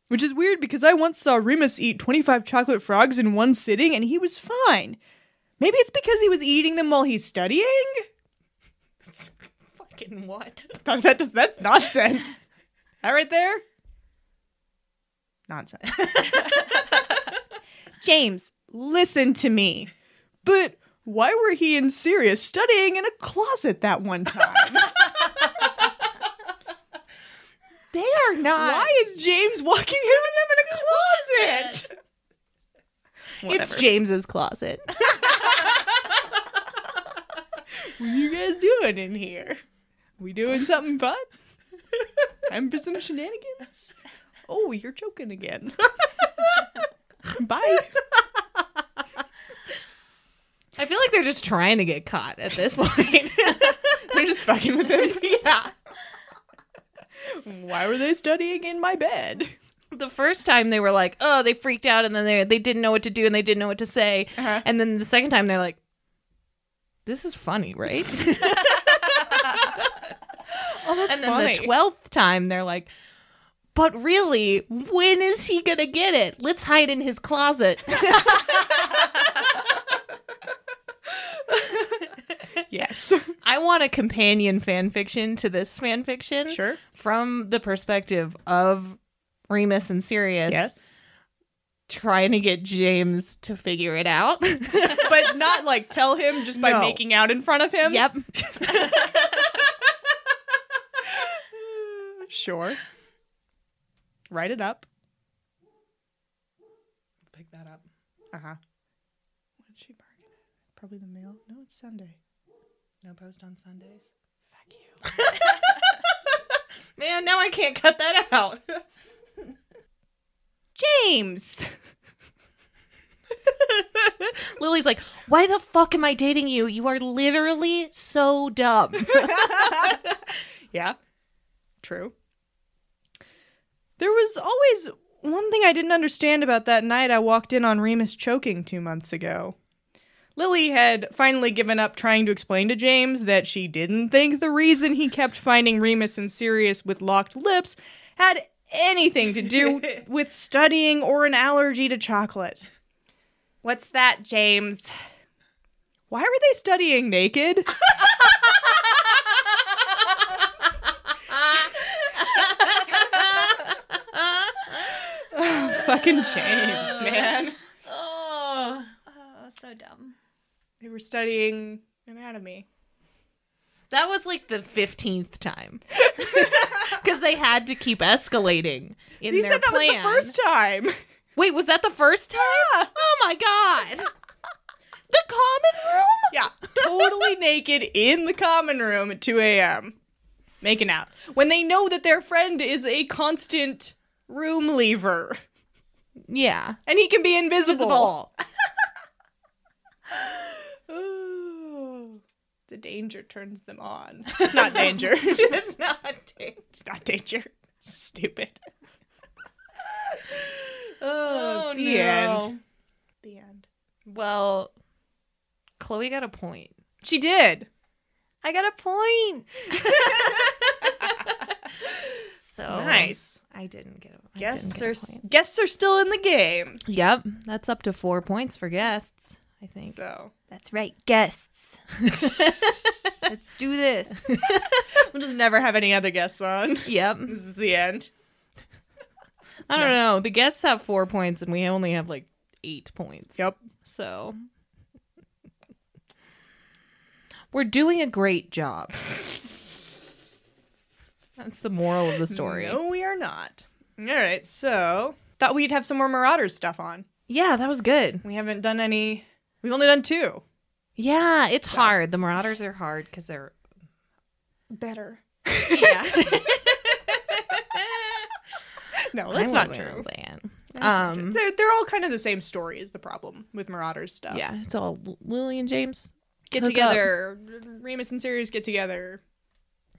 which is weird because I once saw Remus eat 25 chocolate frogs in one sitting and he was fine. Maybe it's because he was eating them while he's studying? Fucking what? That, that does, that's nonsense. [LAUGHS] that right there? [LAUGHS] Nonsense. James, listen to me. But why were he and Sirius studying in a closet that one [LAUGHS] time? They are not. why is James walking [LAUGHS] him and them in a closet? It's James's closet. What you guys doing in here? We doing something fun? Time for some shenanigans? Oh, you're joking again. [LAUGHS] Bye. I feel like they're just trying to get caught at this point. They're just fucking with him. [LAUGHS] yeah. Why were they studying in my bed? The first time they were like, "Oh, they freaked out," and then they they didn't know what to do and they didn't know what to say. Uh-huh. And then the second time they're like, "This is funny, [LAUGHS] right?" Oh, that's and then the twelfth time they're like, "But really, when is he gonna get it? Let's hide in his closet." [LAUGHS] yes. I want a companion fan fiction to this fan fiction. Sure. From the perspective of Remus and Sirius. Yes. Trying to get James to figure it [LAUGHS] out. But not like tell him just by No. making out in front of him. yep. Sure. Write it up. Pick that up. Uh huh. What did she bargain at? Probably the mail. No, it's Sunday. No post on Sundays. Fuck you. Man, now I can't cut that out. James. [LAUGHS] Lily's like, why the fuck am I dating you? You are literally so dumb. Yeah. True. There was always one thing I didn't understand about that night I walked in on Remus choking two months ago. Lily had finally given up trying to explain to James that she didn't think the reason he kept finding Remus and Sirius with locked lips had anything to do with studying or an allergy to chocolate. What's that, James? Why were they studying naked? Oh, fucking James, man. oh. Oh, so dumb. They were studying anatomy. [LAUGHS] That was like the fifteenth time, [LAUGHS] because they had to keep escalating in He their said that plan. was the first time. Wait, was that the first time? Oh my god! [LAUGHS] the common room. [LAUGHS] Yeah, totally naked in the common room at 2 a.m. Making out. When they know that their friend is a constant room lever Yeah, and he can be invisible. visible. Ooh, the danger turns them on. It's not [LAUGHS] danger. [LAUGHS] it's [LAUGHS] not. it's not danger. Stupid. oh, the end. The end. Well, Chloe got a point. She did. I got a point. So Oh. Nice. I didn't get a. I didn't Guests get a are point. guests are still in the game. Yep, that's up to four points for guests. I think. So [LAUGHS] That's right, guests. Let's do this. we'll just never have any other guests on. [LAUGHS] [LAUGHS] Yep. This is the end. I don't know. The guests have four points, and we only have like eight points. So we're doing a great [LAUGHS] job. That's the moral of the story. No, we are not. All right. So thought we'd have some more Marauders stuff on. Yeah, that was good. We haven't done any. We've only done two. Yeah, it's hard. The Marauders are hard because they're Better. [LAUGHS] yeah. [LAUGHS] No, that's not true. Um, They're they're all kind of the same story is the problem with Marauders stuff. yeah, it's all Lily and James. Get Hook up. together. Remus and Sirius get together.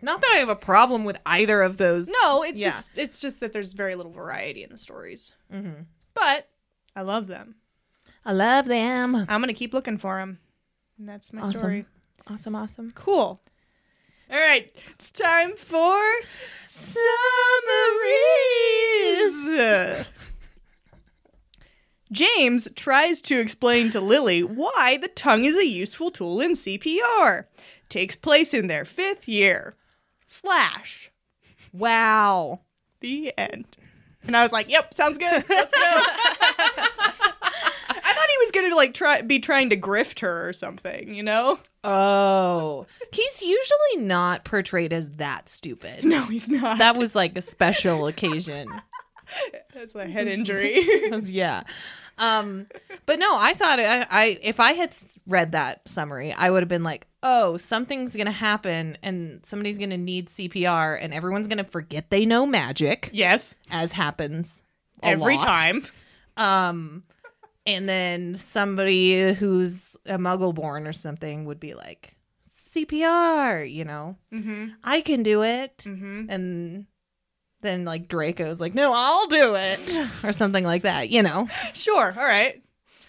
Not that I have a problem with either of those. No, it's Yeah. just it's just that there's very little variety in the stories. Mm-hmm. But I love them. I love them. I'm gonna keep looking for them. And that's my Awesome. story. Awesome, awesome. Cool. All right, it's time for summaries. [LAUGHS] James tries to explain to Lily why the tongue is a useful tool in CPR. Takes place in their fifth year. Slash Wow. the [LAUGHS] end. And I was like, "Yep, sounds good. Let's go." I thought he was he's gonna like try be trying to grift her or something, you know? Oh, he's usually not portrayed as that stupid. No, he's not. that was like a special occasion. [LAUGHS] That's a [LAUGHS] head injury. 'Cause, yeah. Um, but no, I thought I, I if I had s- read that summary, I would have been like, oh, something's gonna happen, and somebody's gonna need CPR, and everyone's gonna forget they know magic, yes, as happens a every lot. time. Um, and then somebody who's a muggle born or something would be like, CPR, you know, Mm-hmm. I can do it. Mm-hmm. And then like Draco's like, no, I'll do it or something like that, you know. Sure. All right.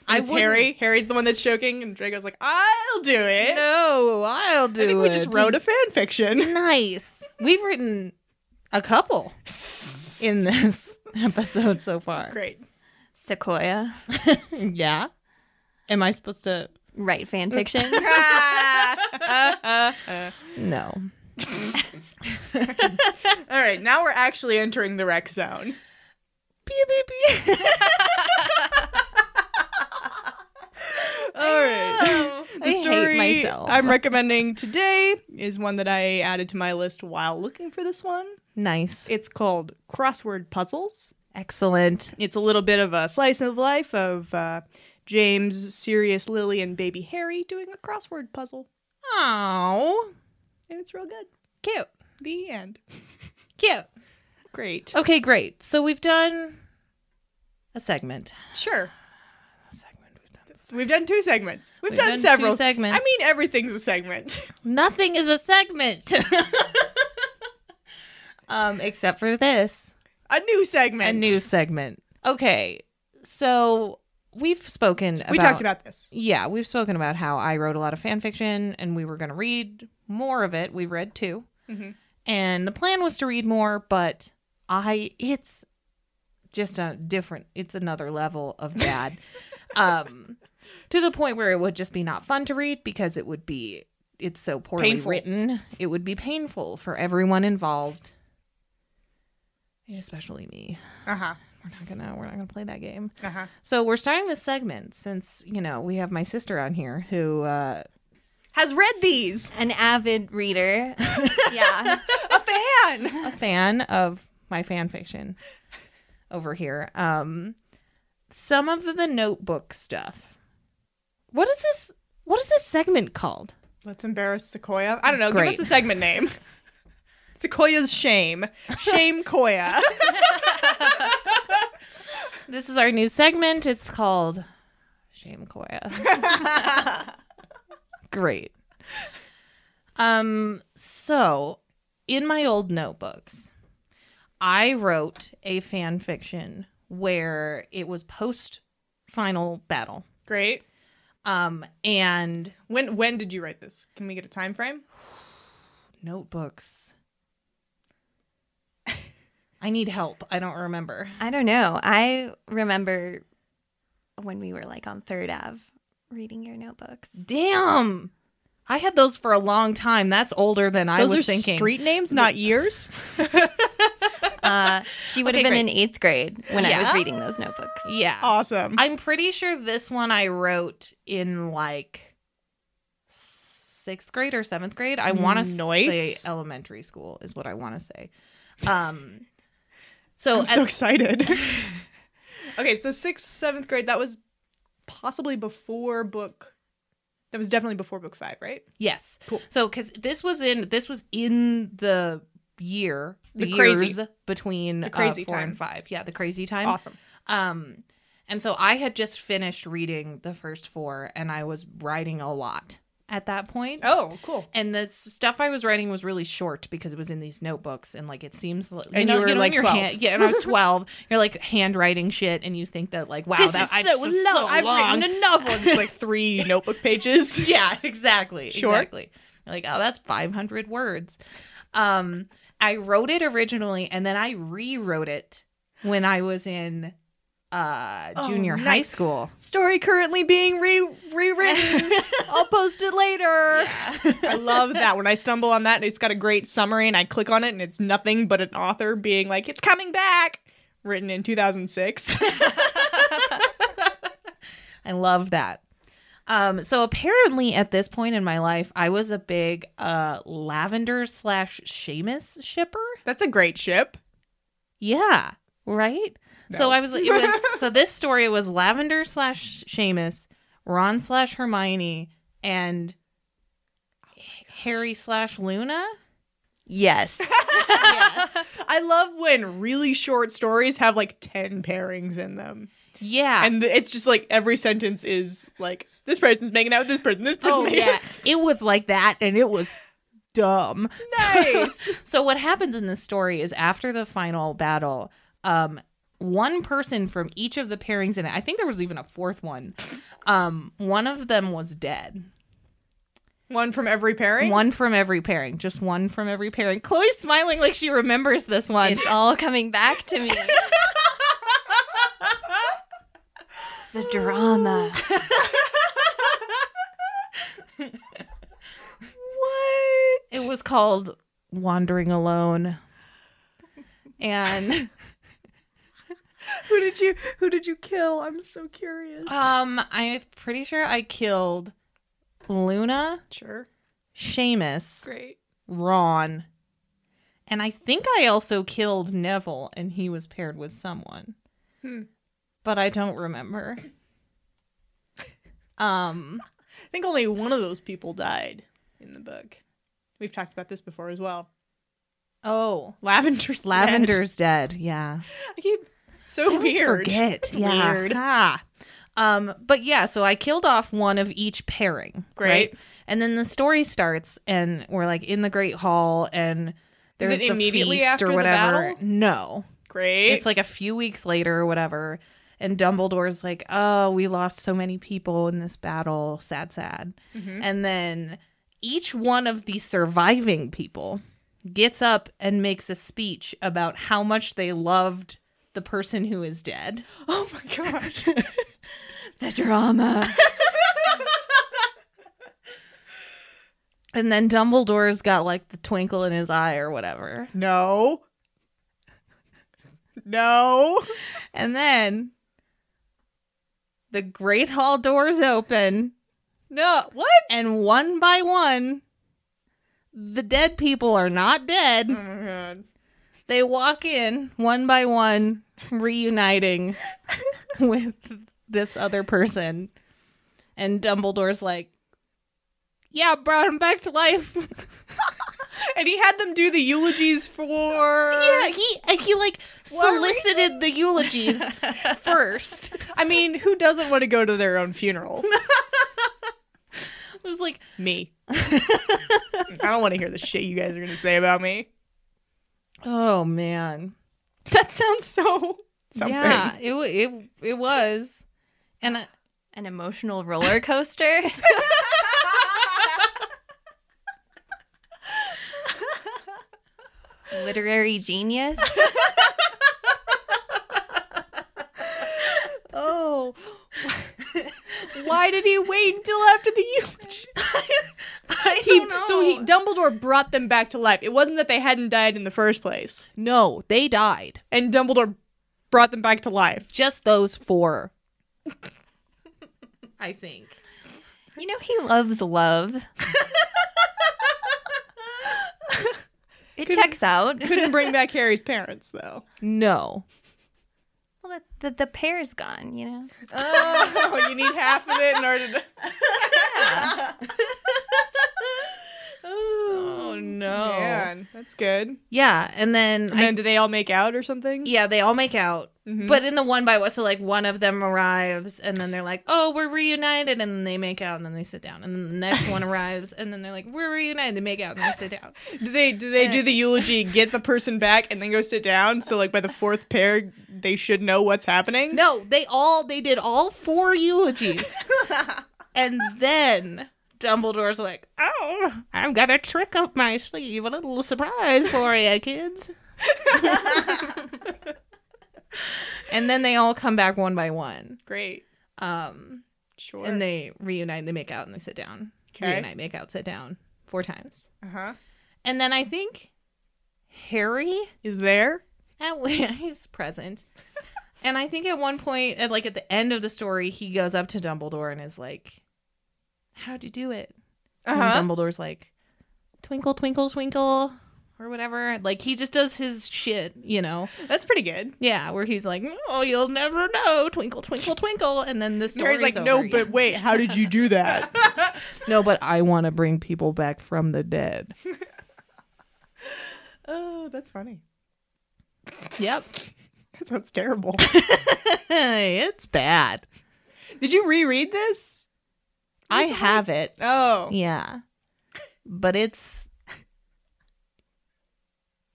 I It's Harry. Harry's the one that's choking, and Draco's like, "I'll do it." No, I'll do I think it. we just wrote a fan fiction. nice. We've written a couple in this episode so far. [LAUGHS] Great. Sequoia. Yeah. Am I supposed to? Write fan fiction. Ah! No. All right. Now we're actually entering the rec zone. Pew, pew, pew. All [LAUGHS] right. I the hate story myself. I'm recommending today is one that I added to my list while looking for this one. nice. It's called Crossword Puzzles. Excellent. It's a little bit of a slice of life of uh, James, Sirius, Lily, and baby Harry doing a crossword puzzle, Oh, and it's real good. cute, The end. cute. Great. Okay, great. So we've done a segment. Sure. Segment we've done. We've done two segments. We've, We've done, done two several segments. I mean, everything's a segment. [LAUGHS] Nothing is a segment. [LAUGHS] um, except for this. a new segment. A new segment. Okay. So we've spoken about We talked about this. Yeah, we've spoken about how I wrote a lot of fan fiction and we were going to read more of it. We read 2 Mhm. And the plan was to read more, but I, it's just a different, it's another level of bad. um, to the point where it would just be not fun to read because it would be, it's so poorly Painful. written. It would be painful for everyone involved, especially me. Uh huh. We're not gonna, we're not gonna play that game. Uh huh. So we're starting this segment since you know we have my sister on here who uh, Has read these. An avid reader. yeah. A fan. a fan of my fan fiction over here. Um, some of the notebook stuff. What is this? What is this segment called? Let's embarrass Sequoia. I don't know. Give Great. us the segment name. [LAUGHS] Sequoia's shame. [LAUGHS] Shame Koya. This is our new segment. It's called Shame [LAUGHS] Koya. Great. Um, so in my old notebooks, I wrote a fan fiction where it was post final battle. Great. Um, and When when did you write this? Can we get a time frame? notebooks. I need help. I don't remember. I don't know. I remember when we were like on Third Ave reading your notebooks. Damn. I had those for a long time. That's older than I Those was are thinking. street names, not years. Uh, she would Okay, have been great. in eighth grade when I was Yeah? reading those notebooks. Yeah. Awesome. I'm pretty sure this one I wrote in like sixth grade or seventh grade. I want to Nice. say elementary school is what I want to say. Um, so I'm so at- [LAUGHS] excited. [LAUGHS] okay, so sixth, seventh grade, that was possibly before book. That was definitely before book five, right? yes, Cool. so because this was in this was in the year the, The crazy- years between the crazy uh, four time. and five. Yeah, the crazy time. Awesome. Um, and so I had just finished reading the first four, and I was writing a lot at that point. Oh, cool. and the stuff I was writing was really short because it was in these notebooks, and like it seems like And you were, know, like, your 12. hand- yeah, and I [LAUGHS] was twelve. you're like handwriting shit, and you think that like wow, This that is I've, so this is so long. I've long. written a novel. And It's like three notebook pages. [LAUGHS] yeah, exactly, Sure. exactly. You're like oh, that's five hundred words. Um, I wrote it originally, and then I rewrote it when I was in uh Oh, junior high nice. school. Story currently being re [LAUGHS] rewritten. I'll post it later. I love that. When I stumble on that and it's got a great summary and I click on it and it's nothing but an author being like, it's coming back. Written in 2006. I love that. Um, so apparently, at this point in my life, I was a big uh, lavender slash Seamus shipper. [LAUGHS] That's a great ship. Yeah, right. So No. I was. It [LAUGHS] was. so this story was lavender slash Seamus, Ron slash Hermione, and Harry slash Luna. Yes. Yes. I love when really short stories have like 10 pairings in them. yeah. And th- it's just like every sentence is like, this person's making out with this person, this person. oh making yeah. out- It was like that, and it was dumb. Nice. So what happens in this story is after the final battle, um, one person from each of the pairings in it, I think there was even a fourth one, um, one of them was dead. One from every pairing. One from every pairing, just one from every pairing. Chloe's smiling like she remembers this one. it's all coming back to me. the drama. [LAUGHS] What? It was called Wandering Alone. And Who did you who did you kill? I'm so curious. um I'm pretty sure I killed Luna, sure. Seamus, Great. Ron. And I think I also killed Neville and he was paired with someone. Hmm. But I don't [LAUGHS] remember. um I think only one of those people died in the book. We've talked about this before as well. oh, Lavender's dead. Lavender's dead. Yeah. [LAUGHS] I keep so I always weird. forget. It's yeah. weird. [LAUGHS] Ah. Um but yeah, so I killed off one of each pairing. Great. right? And then the story starts and we're like in the great hall and there's it a immediately feast after or the whatever. battle? No. Great. it's like a few weeks later or whatever and dumbledore's like oh we lost so many people in this battle sad sad Mm-hmm. and then each one of the surviving people gets up and makes a speech about how much they loved the person who is dead [LAUGHS] oh my gosh. The drama. and then dumbledore's got like the twinkle in his eye or whatever no. No. and then the great hall doors open No. What? and one by one the dead people are not Oh dead my god. they walk in one by one reuniting [LAUGHS] with this other person and dumbledore's like yeah brought him back to life And he had them do the eulogies for [LAUGHS] yeah he and he like What solicited the [LAUGHS] eulogies first I mean, who doesn't want to go to their [LAUGHS] own funeral? it was like me. I don't want to hear the shit you guys are going to say about me. oh man That sounds so something. yeah it, wa- it it was and I, An emotional roller coaster. Literary genius. Oh. Why did he wait until after the [LAUGHS] eulogy? I He, don't know. so he Dumbledore brought them back to life. It wasn't that they hadn't died in the first place. No, they died. And Dumbledore brought them back to life. Just those four. [LAUGHS] I think. You know he loves love. [LAUGHS] it checks out. Couldn't bring back Harry's parents though. No. [LAUGHS] Well, the, the, the pear's gone, you know. [LAUGHS] Oh, you need half of it in order [LAUGHS] to [GASPS] Oh no. Yeah, Man, that's good. and then, Mm-hmm. And I- then do they all make out or something? yeah, they all make out. Mhm. But in the one by one, so like one of them arrives, and then they're like, "Oh, we're reunited," and then they make out, and then they sit down, and then the next [LAUGHS] one arrives, and then they're like, "We're reunited," they make out, and they sit down. Do they do they do the eulogy, get the person back, and then go sit down? So like by the fourth pair, they should know what's happening. No, they all they did all four eulogies. and then Dumbledore's like, "Oh, I've got a trick up my sleeve, a little surprise for you, kids." and then they all come back one by one. Great. Um, Sure. and they reunite, they make out and they sit down. Okay. Reunite, make out, sit down four times. uh-huh. And then I think Harry is there. [LAUGHS] at he's present. And I think at one point, at like at the end of the story, he goes up to Dumbledore and is like, "How'd you do it?" Uh-huh. And Dumbledore's like, "Twinkle, twinkle, twinkle," or whatever. Like he just does his shit, you know? That's pretty good. Yeah, where he's like, "Oh, you'll never know, twinkle, twinkle, twinkle," and then the story's Harry's like, over. no, but wait, how did you do [LAUGHS] that? no, but I want to bring people back from the dead. oh, that's funny. [LAUGHS] yep, [LAUGHS] That sounds terrible. it's bad. [LAUGHS] did you reread this? I have it. Oh. Yeah. But it's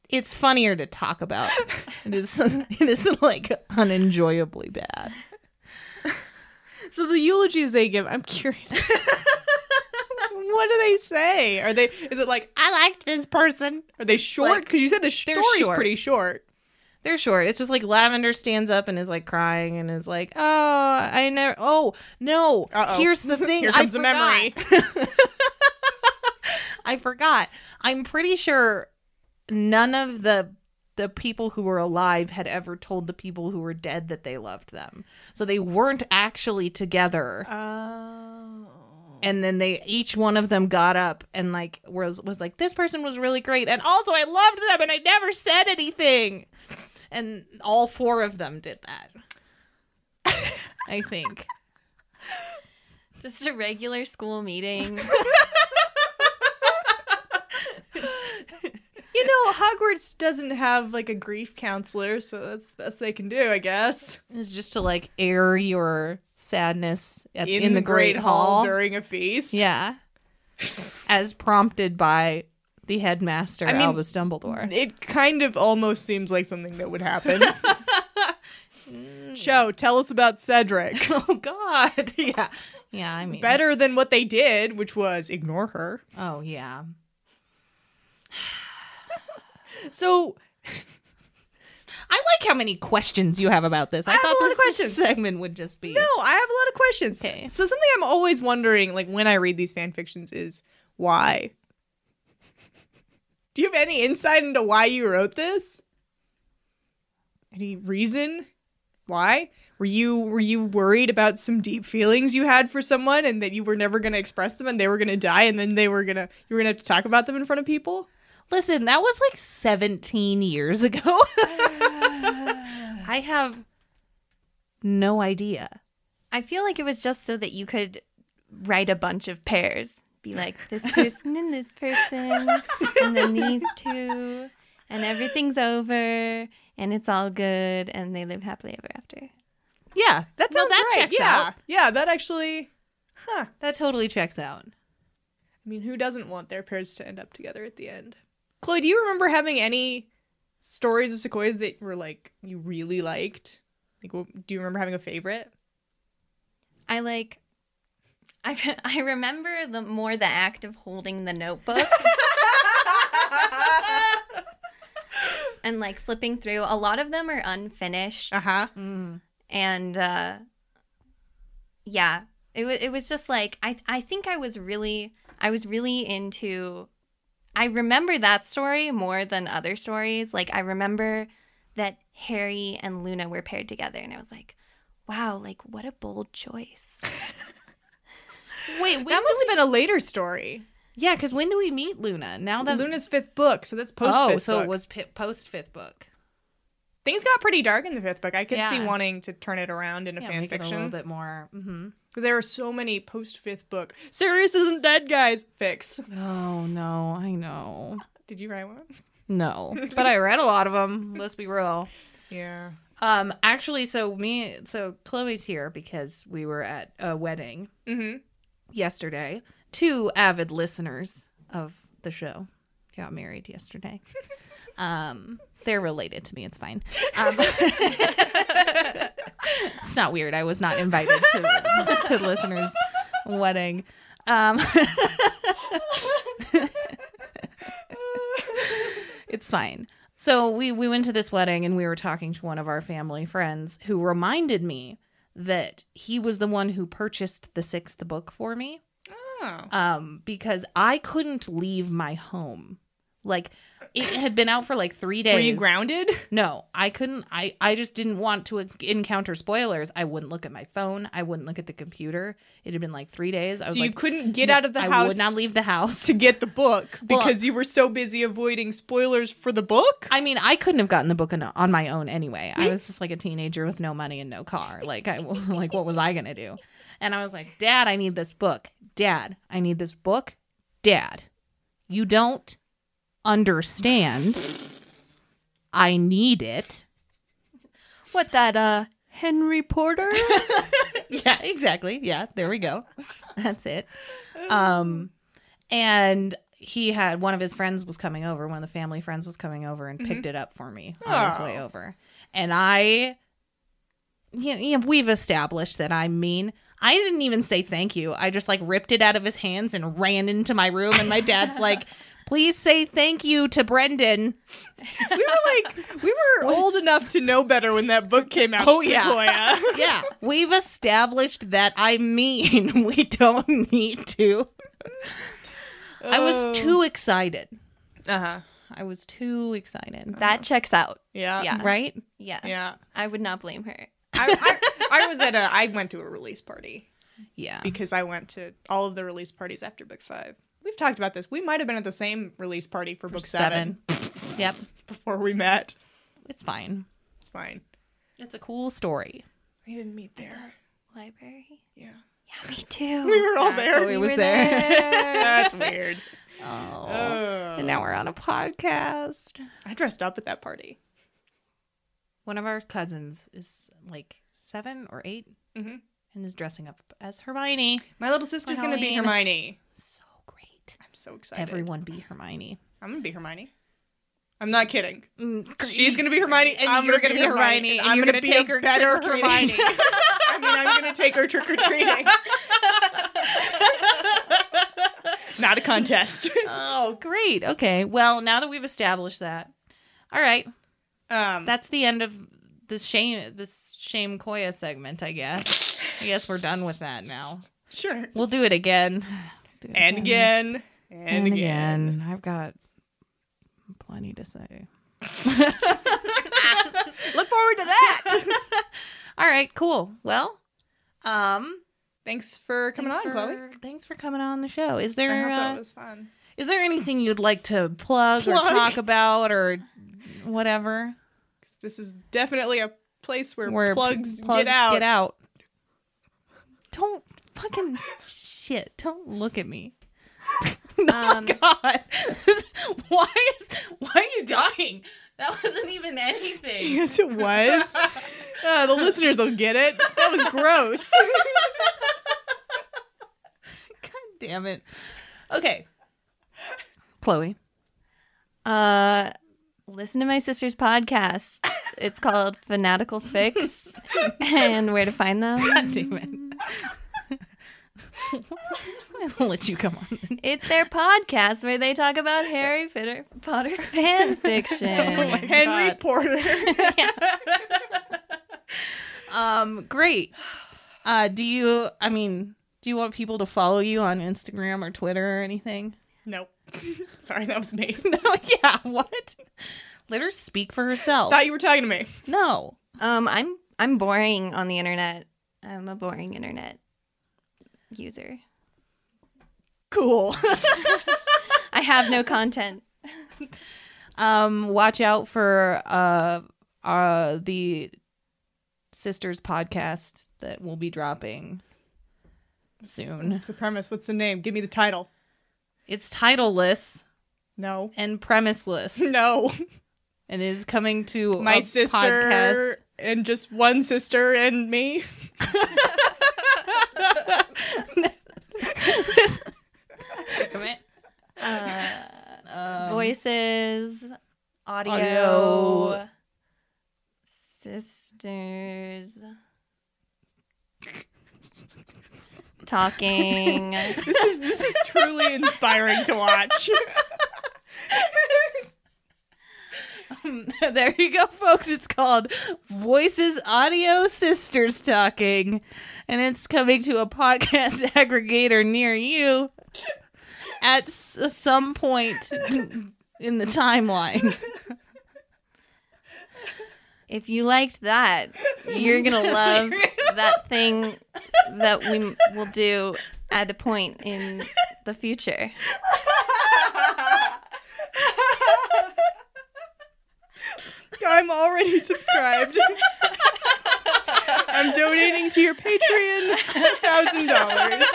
it's funnier to talk [LAUGHS] about. It is it isn't like unenjoyably bad. So the eulogies they give, I'm curious. [LAUGHS] what do they say? Are they is it like I liked this person. are they short? Like, Because you said the they're story's short. pretty short. They're short. It's just like Lavender stands up and is like crying and is like, "Oh, I never Oh, no. Uh-oh. Here's the thing. Here I comes a memory. forgot." [LAUGHS] I forgot. I'm pretty sure none of the the people who were alive had ever told the people who were dead that they loved them. So they weren't actually together. Oh. And then they each one of them got up and like was was like this person was really great and also I loved them and I never said anything. And all four of them did that. [LAUGHS] I think. Just a regular school meeting. You know, Hogwarts doesn't have like a grief counselor, so that's the best they can do, I guess. It's just to like air your sadness at, in, the, great, hall. during a feast. Yeah. As prompted by the headmaster, I mean- Albus Dumbledore. It kind of almost seems like something that [LAUGHS] would happen. Show, tell us about Cedric. [LAUGHS] Oh God. [LAUGHS] Yeah. Yeah, I mean Better than what they did, which was ignore her. Oh yeah. So I like how many questions you have about this. I, have thought a lot this of questions. segment would just be No, I have a lot of questions. Okay. So something I'm always wondering, like when I read these fan fictions, is why. Do you have any insight into why you wrote this? Any reason why? Were you were you worried about some deep feelings you had for someone and that you were never going to express them and they were going to die and then they were going to you were going to have to talk about them in front of people? Listen, that was like 17 years ago. [LAUGHS] I have no idea. [LAUGHS] I feel like it was just so that you could write a bunch of pairs. Be like this person and this person, and then these two, and everything's over, and it's all good, and they live happily ever after. Yeah, That no, sounds that right. checks yeah. out. Yeah, that actually Huh. That totally checks out. I mean, who doesn't want their pairs to end up together at the end? Chloe, do you remember having any stories of sequoias that were like you really liked? Like, what, do you remember having [LAUGHS] a favorite? I like. I, [LAUGHS] re- I remember the more the act of holding the notebook and like flipping through. A lot of them are unfinished. Uh huh. Mm. and uh yeah it was it was just like i i think i was really i was really into i remember that story more than other stories like i remember that harry and luna were paired together and i was like wow like what a bold choice Wait, when That must have been a later story. yeah, because when do we meet Luna? Now that Luna's fifth book, so that's post. oh, fifth so it book. was pi post fifth book. things got pretty dark in the fifth book. I could see Yeah. wanting to turn it around in a Yeah, fan make it a little fiction. bit more. hmm There are so many post fifth book. Sirius isn't dead, guys. Fix. [LAUGHS] Oh no, I know. Did you write one? No, [LAUGHS] but I read a lot of them. Let's be real. Yeah. Um, actually, so me, so Chloe's here because we were at a wedding Mm-hmm. yesterday. Two avid listeners of the show got married yesterday. um, they're related to me. It's fine. Um, [LAUGHS] it's not weird. I was not invited to to listeners' wedding. Um, [LAUGHS] it's fine. So we we went to this wedding and we were talking to one of our family friends who reminded me that he was the one who purchased the sixth book for me Oh. um, because I couldn't leave my home. Like it had been out for like three days. Were you grounded? No, I couldn't. I I just didn't want to en- encounter spoilers. I wouldn't look at my phone. I wouldn't look at the computer. It had been like three days. I was So you like, couldn't get "No, out of the I house would not leave the house. to get the book Well- because you were so busy avoiding spoilers for the book? I mean, I couldn't have gotten the book on, on my own anyway. I was just like a teenager with no money and no car. Like I [LAUGHS] like what was I gonna do? And I was like, Dad, I need this book. Dad, I need this book. Dad, you don't understand. I need it. What that uh Henry Porter? [LAUGHS] yeah, exactly. Yeah, there we go. [LAUGHS] That's it. Um, and he had one of his friends was coming over. One of the family friends was coming over and picked it up for me on his way over. And I, yeah, yeah, we've established that I mean. I didn't even say thank you. I just like ripped it out of his hands and ran into my room. And my dad's [LAUGHS] like, "Please say thank you to Brendan." we were like, we were [LAUGHS] old enough to know better when that book came out. Oh, yeah. [LAUGHS] Sequoia. yeah, we've established that I mean [LAUGHS] we don't need to. I was too excited. Uh huh. I was too excited. [LAUGHS] that checks out. Yeah. Yeah. right? Yeah. Yeah. I would not blame her. I, I, I was at a. I went to a release party Yeah. because I went to all of the release parties after Book Five. We've talked about this. We might have been at the same release party for, Book seven. [LAUGHS] yep. before we met. It's fine. It's fine. It's a cool story. We didn't meet there. Library. Yeah. Yeah, me too. [LAUGHS] We were all we there. Oh, was there. [LAUGHS] That's weird. Oh. [LAUGHS] Oh. and now we're on a podcast. I dressed up at that party. One of our cousins is like seven or 8 Mhm. and is dressing up as Hermione. My little sister's going to be Halloween. Hermione. So great. I'm so excited. Everyone be Hermione. I'm going to be Hermione. I'm not kidding. Mm, She's going to be Hermione. And I'm you're going to be gonna be Hermione, Hermione. and I'm you're going to gonna be take a her better Hermione. [LAUGHS] trick-or-treating. I mean, I'm going to take her trick or [LAUGHS] treating. not a contest. Oh, great. Okay. Well, now that we've established that, all right. Um, That's the end of this shame this shame Koya segment, I guess. I guess we're done with that now. sure. We'll do it again. [SIGHS] Do it And again. And, again. I've got plenty to say. Look forward to that. [LAUGHS] All right, cool. Well, um Thanks for coming thanks on, for- Chloe. Thanks for coming on the show. Is I hope there that uh, was fun. is there anything you'd like to plug, Plug. or talk about or whatever? This is definitely a place where, Where plugs, p- plugs get out. Get out. Don't fucking shit. Don't look at me. [LAUGHS] oh Um, God, [LAUGHS] why is why are you dying? That wasn't even anything. Yes, [LAUGHS] it was. Uh, the listeners will get it. That was [LAUGHS] gross. God damn it. Okay, Chloe. Uh, listen to my sister's podcast. It's called Fanatical Fix, and where to find them. God damn it. [LAUGHS] I'll let you come on. It's their podcast where they talk about Harry Potter, [LAUGHS] Potter fan Oh fiction. Henry Oh God. Porter. Um, great. Uh, do you? I mean, do you want people to follow you on Instagram or Twitter or anything? Nope. Sorry, that was me. [LAUGHS] No, yeah, what? Let her speak for herself. Thought you were talking to me. no. [LAUGHS] Um, I'm I'm boring on the internet. I'm a boring internet user. Cool. [LAUGHS] I have no content. um, watch out for uh uh the sisters podcast that will be dropping soon. What's the premise? What's the name? Give me the title. It's titleless No. [LAUGHS] and premiseless No. and is coming to My a sister podcast. and just one sister and me. [LAUGHS] Damn it. Uh, Um, voices, audio, audio. sisters, [LAUGHS] talking. This is this is truly inspiring to watch. [LAUGHS] there you go, folks. It's called Voices Audio Sisters Talking, and it's coming to a podcast [LAUGHS] aggregator near you at s- some point [LAUGHS] in the timeline. If you liked that, [LAUGHS] you're going to love that thing that we m- will do at a point in [LAUGHS] the future. I'm already subscribed. I'm donating to your Patreon thousand dollars. [LAUGHS]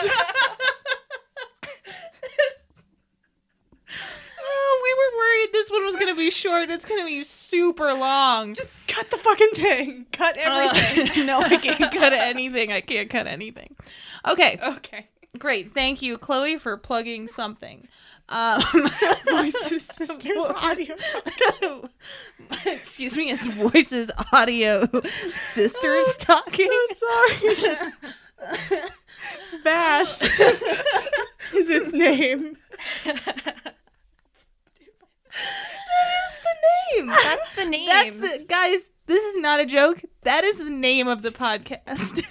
oh, we were worried this one was gonna be short. It's gonna be super long. Just cut the fucking thing. Cut everything. [LAUGHS] Uh, no, I can't cut anything. I can't cut anything. Okay, okay. great. Thank you, Chloe, for plugging something. Um, [LAUGHS] Voices Sisters Well, audio. [LAUGHS] excuse me, it's voices audio [LAUGHS] sisters talking. Sorry. [LAUGHS] Vast is its name. [LAUGHS] That's the name. That's the guys. This is not a joke. That is the name of the podcast.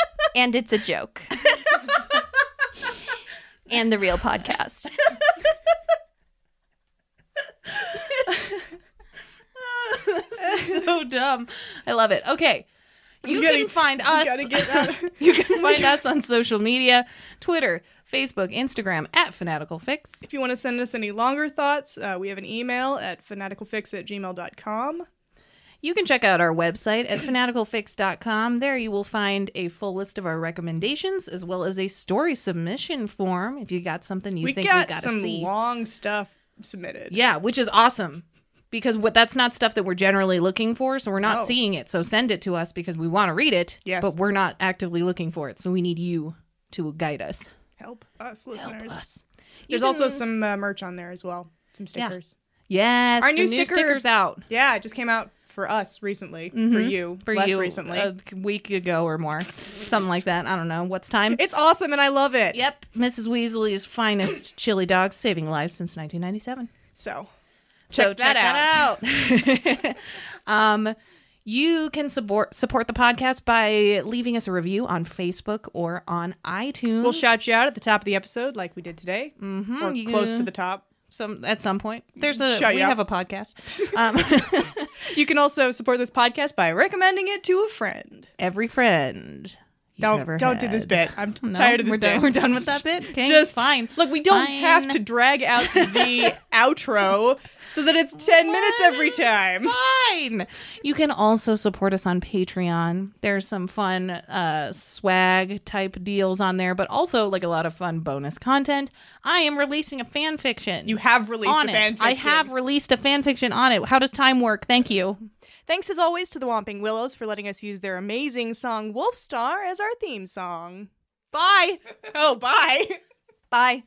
[LAUGHS] and it's a joke. and the real podcast. [LAUGHS] so dumb. I love it. Okay. You gotta- can find You us. [LAUGHS] gotta get that. you can [LAUGHS] find us on social media Twitter, Facebook, Instagram at Fanatical Fix. If you want to send us any longer thoughts, uh, we have an email at fanaticalfix at gmail.com. You can check out our website at fanaticalfix.com. There you will find a full list of our recommendations as well as a story submission form if you got something you we think got we got to some see. long stuff submitted. yeah, which is awesome because what that's not stuff that we're generally looking for, so we're not No. seeing it. So send it to us because we want to read it, Yes. but we're not actively looking for it. So we need you to guide us. Help us, listeners. us. There's You also can- some uh, merch on there as well, some stickers. Yes, Our the new new sticker- stickers out Yeah, it just came out for us recently, for you, Mm-hmm. for less you Uh, recently. a week ago or more, something like that. I don't know what's time. it's awesome and I love it. Yep, Mrs. Weasley's [CLEARS THROAT] finest chili dogs, saving lives since 1997. So so Check that check that out. [LAUGHS] [LAUGHS] um, you can support support the podcast by leaving us a review on Facebook or on iTunes. we'll shout you out at the top of the episode, like we did today, mm-hmm, or you- close to the top. some at some point. There's a Shout we you out. have a podcast. Um, [LAUGHS] You can also support this podcast by recommending it to a friend. every friend. you've ever Don't don't do this had. bit. I'm [LAUGHS] t- No, tired of this we're bit. done. We're done with that [LAUGHS] bit. Okay, Just fine. Look, we don't have Fine. to [LAUGHS] drag out the outro so that it's ten minutes every time. fine. You can also support us on Patreon. There's some fun uh, swag type deals on there, but also like a lot of fun bonus content. I am releasing a fan fiction. You have released on a it. fan fiction. I have released a fan fiction on it. How does time work? Thank you. Thanks as always to the Whomping Willows for letting us use their amazing song Wolf Star as our theme song. Bye. Oh, bye. [LAUGHS] Bye.